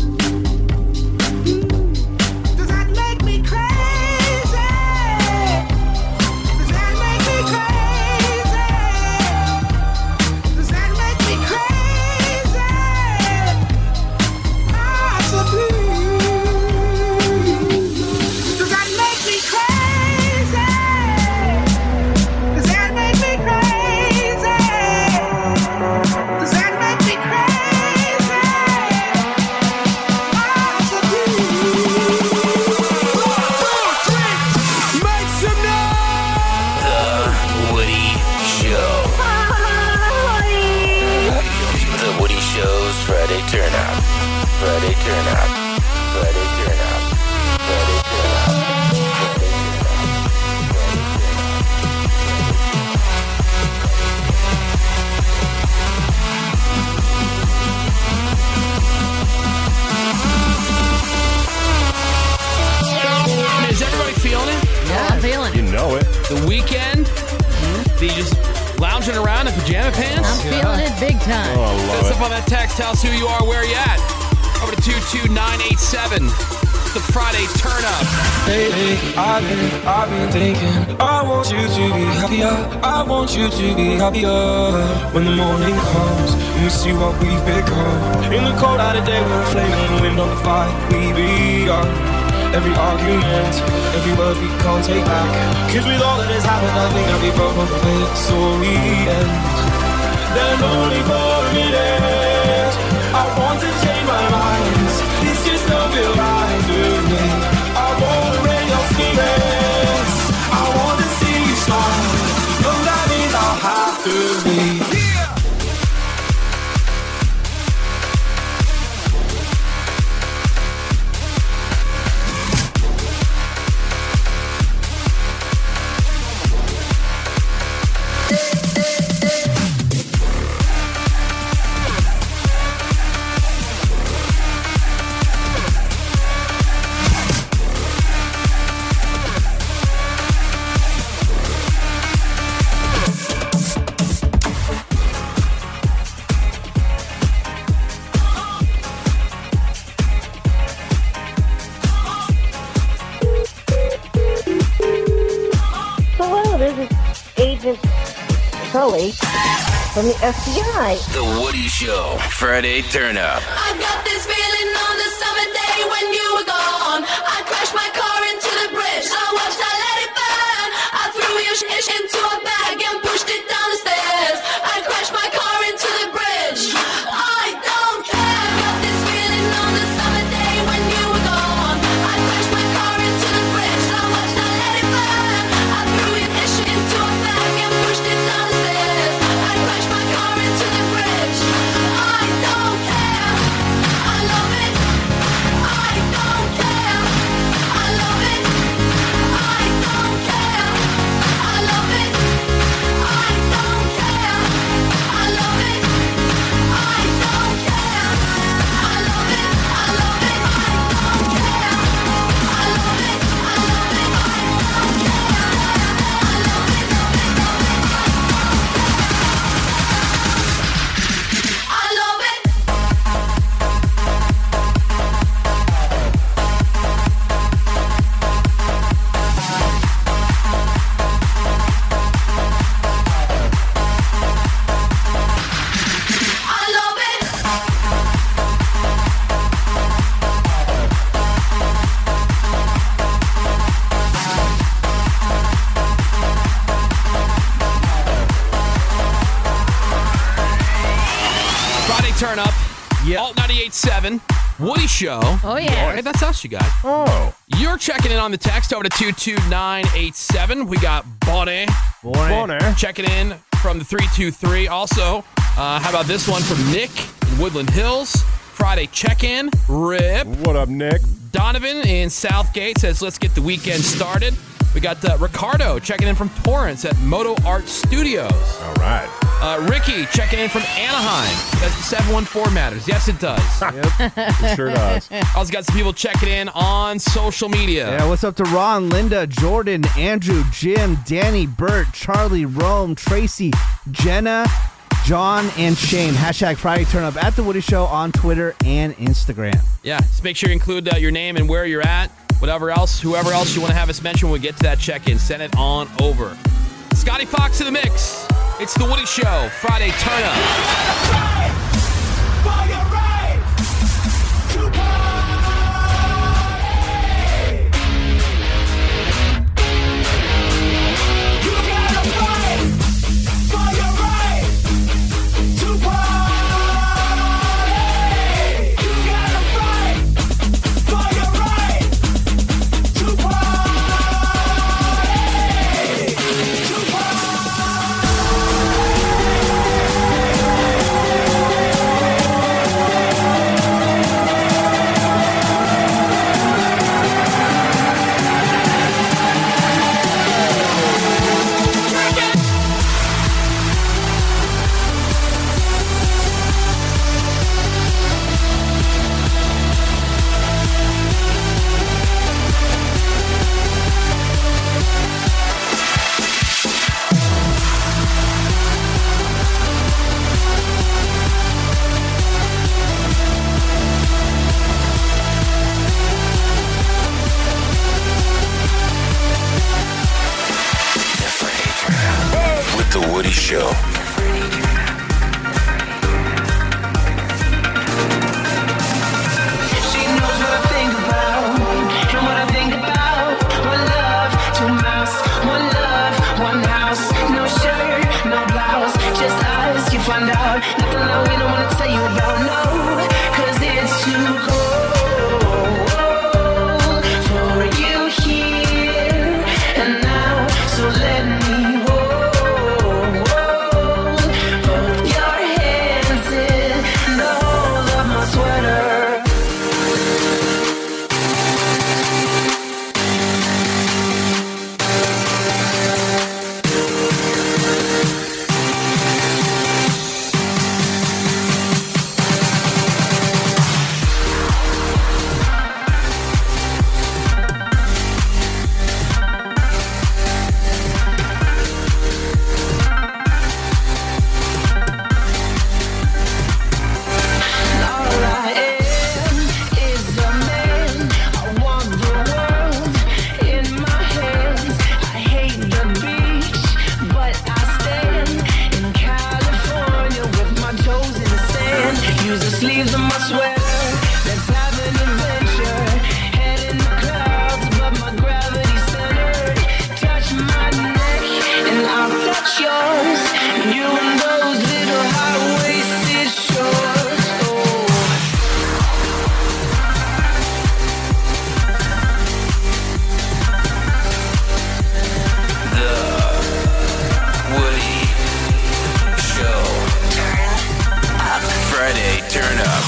Does that make me crazy? Does that make me crazy? Does that make me crazy? Possibly. Does that make me crazy? Does that make me crazy? Does that make me Make some
The Woody Show. The Woody Show's Friday Turn Up. Friday Turn Up. Friday Turn Up. Friday Turn Up.
Is everybody feeling it?
Yeah, I'm feeling it. Mm-hmm.
You know it.
The weekend? The just lounging around in pajama pants?
I'm feeling it big time.
Oh, I love
Hit us up on that text. Tell us who you are, where you at. Over to 22987. It's The Friday turn up.
Lately, I've been, I've been thinking. I want you to be happier. I want you to be happier. When the morning comes, and we see what we've become. In the cold out of day, we're a flame in the wind on the fire. We beyond every argument, every word we can't take back. Cause with all that has happened, I think that we both want to play it so we end. Then only for a minute, I want to change my mind. This just don't feel right to me. I want to raise your spirits. I want to see you smile. No, that means I'll have to leave.
Tully from the FBI.
The Woody Show, Friday Turn Up.
I got this feeling on the summer day when you were gone. I crashed my car into the bridge. I watched, I let it burn. I threw your shit into a bag and pushed it down the stairs. I crashed my car into the bridge. I don't care. I got this feeling on the summer day when you were gone. I crashed my car into the bridge. I watched, I let it burn. I threw your shit into a bag and pushed it down the stairs. I crashed my car into the bridge. I don't care. I love it. I don't care. I love it. I don't care. I love it. I don't care. I love it. I don't care. I love it. I love it. I don't care. I love it. I love it. I don't care. I love it. Love it. Love it. I love it. I love it.
Friday turn up. Yeah. Alt 98.7. Woody Show. Oh,
yeah.
All right, that's us, you guys. Oh. You're checking in on the text over to 22987. We got Bonnie.
Bonnie.
Checking in from the 323. Also, uh, how about this one from Nick in Woodland Hills? Friday check in. Rip. What up, Nick? Donovan in Southgate says, let's get the weekend started. We got uh, Ricardo checking in from Torrance at Moto Art Studios. All right. Uh, Ricky checking in from Anaheim. That's the 714 matters. Yes, it does. Yep.
It sure does.
Also got some people checking in on social media.
Yeah, what's up to Ron, Linda, Jordan, Andrew, Jim, Danny, Bert, Charlie, Rome, Tracy, Jenna, John, and Shane. Hashtag Friday Turn Up at The Woody Show on Twitter and Instagram.
Yeah, just make sure you include uh, your name and where you're at, whatever else, whoever else you want to have us mention when we get to that check in. Send it on over. Scotty Fox in the mix. It's The Woody Show, Friday Turn Up.
With The Woody Show.
She knows what I think about, and what I think about. One love, two mouths, one love, one house. No shirt, no blouse, just us. You find out nothing that we don't wanna tell you about, no, 'cause it's too cold for you here and now. So let me hold both your hands and all of my sweater.
leaves on my sweater. Let's have an adventure. Head in the clouds, but my gravity's centered. Touch my neck, and I'll touch yours. You and those little high waisted shorts. Oh.
Woody Show. Friday, turn up.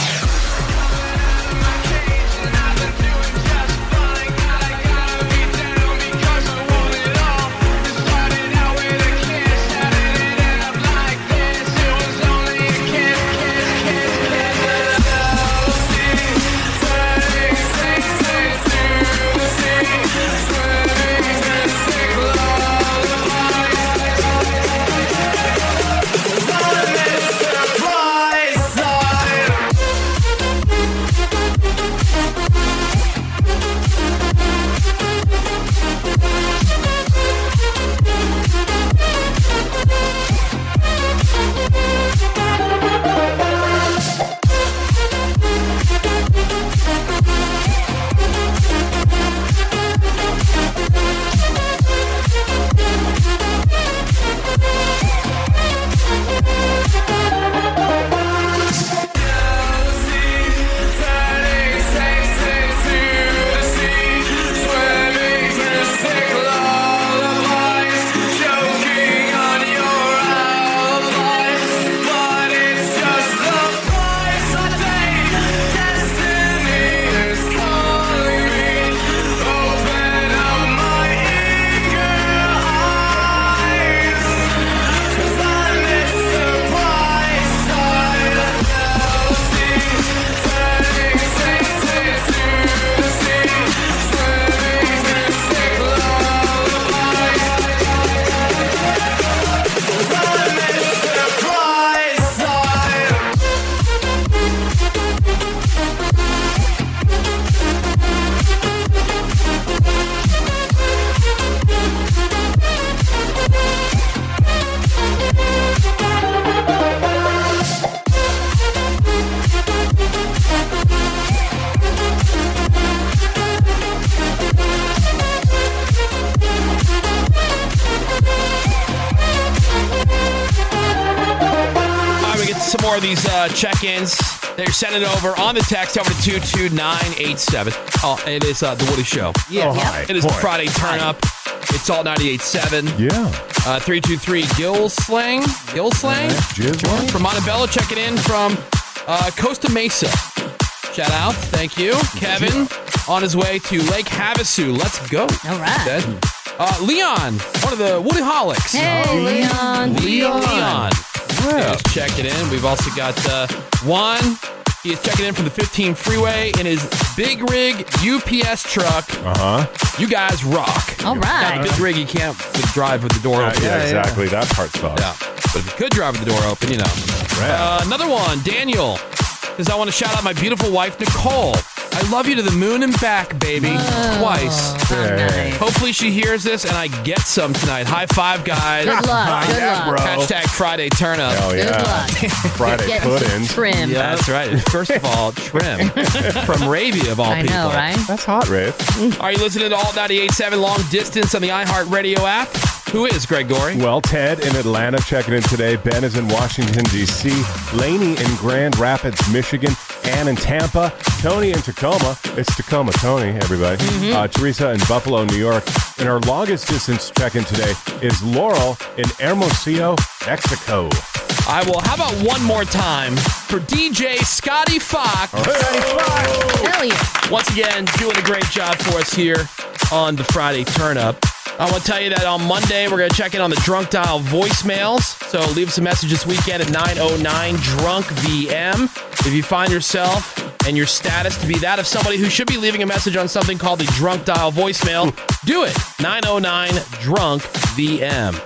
All right, we get some more of these uh, check-ins. They're sending over on the text over to 22987. Oh, it is uh, The Woody Show.
Yeah. Oh, hi.
It is
Boy.
Friday Turn Up. It's all 98.7. Yeah. Uh, 323 Gill Slang. Gill Slang. Sure. From Montebello, checking in from uh, Costa Mesa. Shout out. Thank you. Kevin on his way to Lake Havasu. Let's go. All right. Uh, Leon, one of the Woody Holics.
Hey, Oh, Leon.
Leon. Leon.
Leon.
He's checking in. We've also got uh, Juan. He is checking in from the 15 freeway in his big rig UPS truck. Uh huh. You guys rock.
All right.
Now, the big rig, you can't drive with the door
Yeah,
open.
yeah, exactly. That part sucks.
Yeah. But if you could drive with the door open, you know. Uh, another one, Daniel. Because I want to shout out my beautiful wife, Nicole. I love you to the moon and back, baby.
Oh,
Twice. Hopefully she hears this and I get some tonight. High five, guys.
Good luck, good Yeah, luck. bro.
Hashtag Friday turn up. Oh,
Good yeah. luck. Friday Get some pudding. trim.
Yeah, that's right. First of all, trim. From Ravy, of all
I know,
people.
right?
That's hot, Rav. Are you listening to Alt 98.7 Long Distance on the iHeartRadio app? Who is Greg Gory?
Well, Ted in Atlanta checking in today. Ben is in Washington, D.C. Laney in Grand Rapids, Michigan. Ann in Tampa. Tony in Tacoma. It's Tacoma, Tony, everybody.
Mm-hmm.
Uh, Teresa in Buffalo, New York. And our longest distance check in today is Laurel in Hermosillo, Mexico.
I will. How about one more time for DJ Scotty Fox?
Hell yeah.
Once again, doing a great job for us here on the Friday Turn Up. I want to tell you that on Monday, we're going to check in on the Drunk Dial voicemails. So leave us a message this weekend at 909 Drunk VM. If you find yourself and your status to be that of somebody who should be leaving a message on something called the Drunk Dial voicemail, do it. 909 Drunk VM.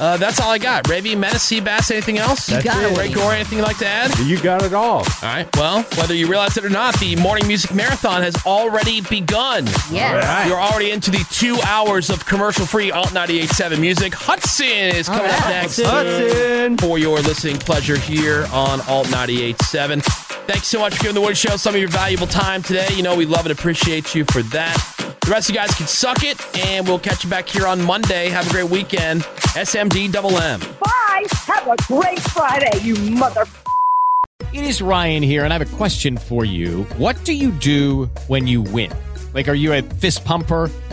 Uh, that's all I got. Ravy, Menace, Bass, anything else?
You That's got it. it.
Ray Gore, anything you'd like to add?
You got it all. All
right. Well, whether you realize it or not, the morning music marathon has already begun.
Yes. All right.
You're already into the two hours of commercial free Alt 98.7 music. Hudson is coming
All
up
right.
next.
Hudson.
For your listening pleasure here on Alt 98.7. Thanks so much for giving the Wood Show some of your valuable time today. You know, we love and appreciate you for that. The rest of you guys can suck it, and we'll catch you back here on Monday. Have a great weekend. SMD double M.
Bye. Have a great Friday, you mother.
It is Ryan here, and I have a question for you. What do you do when you win? Like, are you a fist pumper?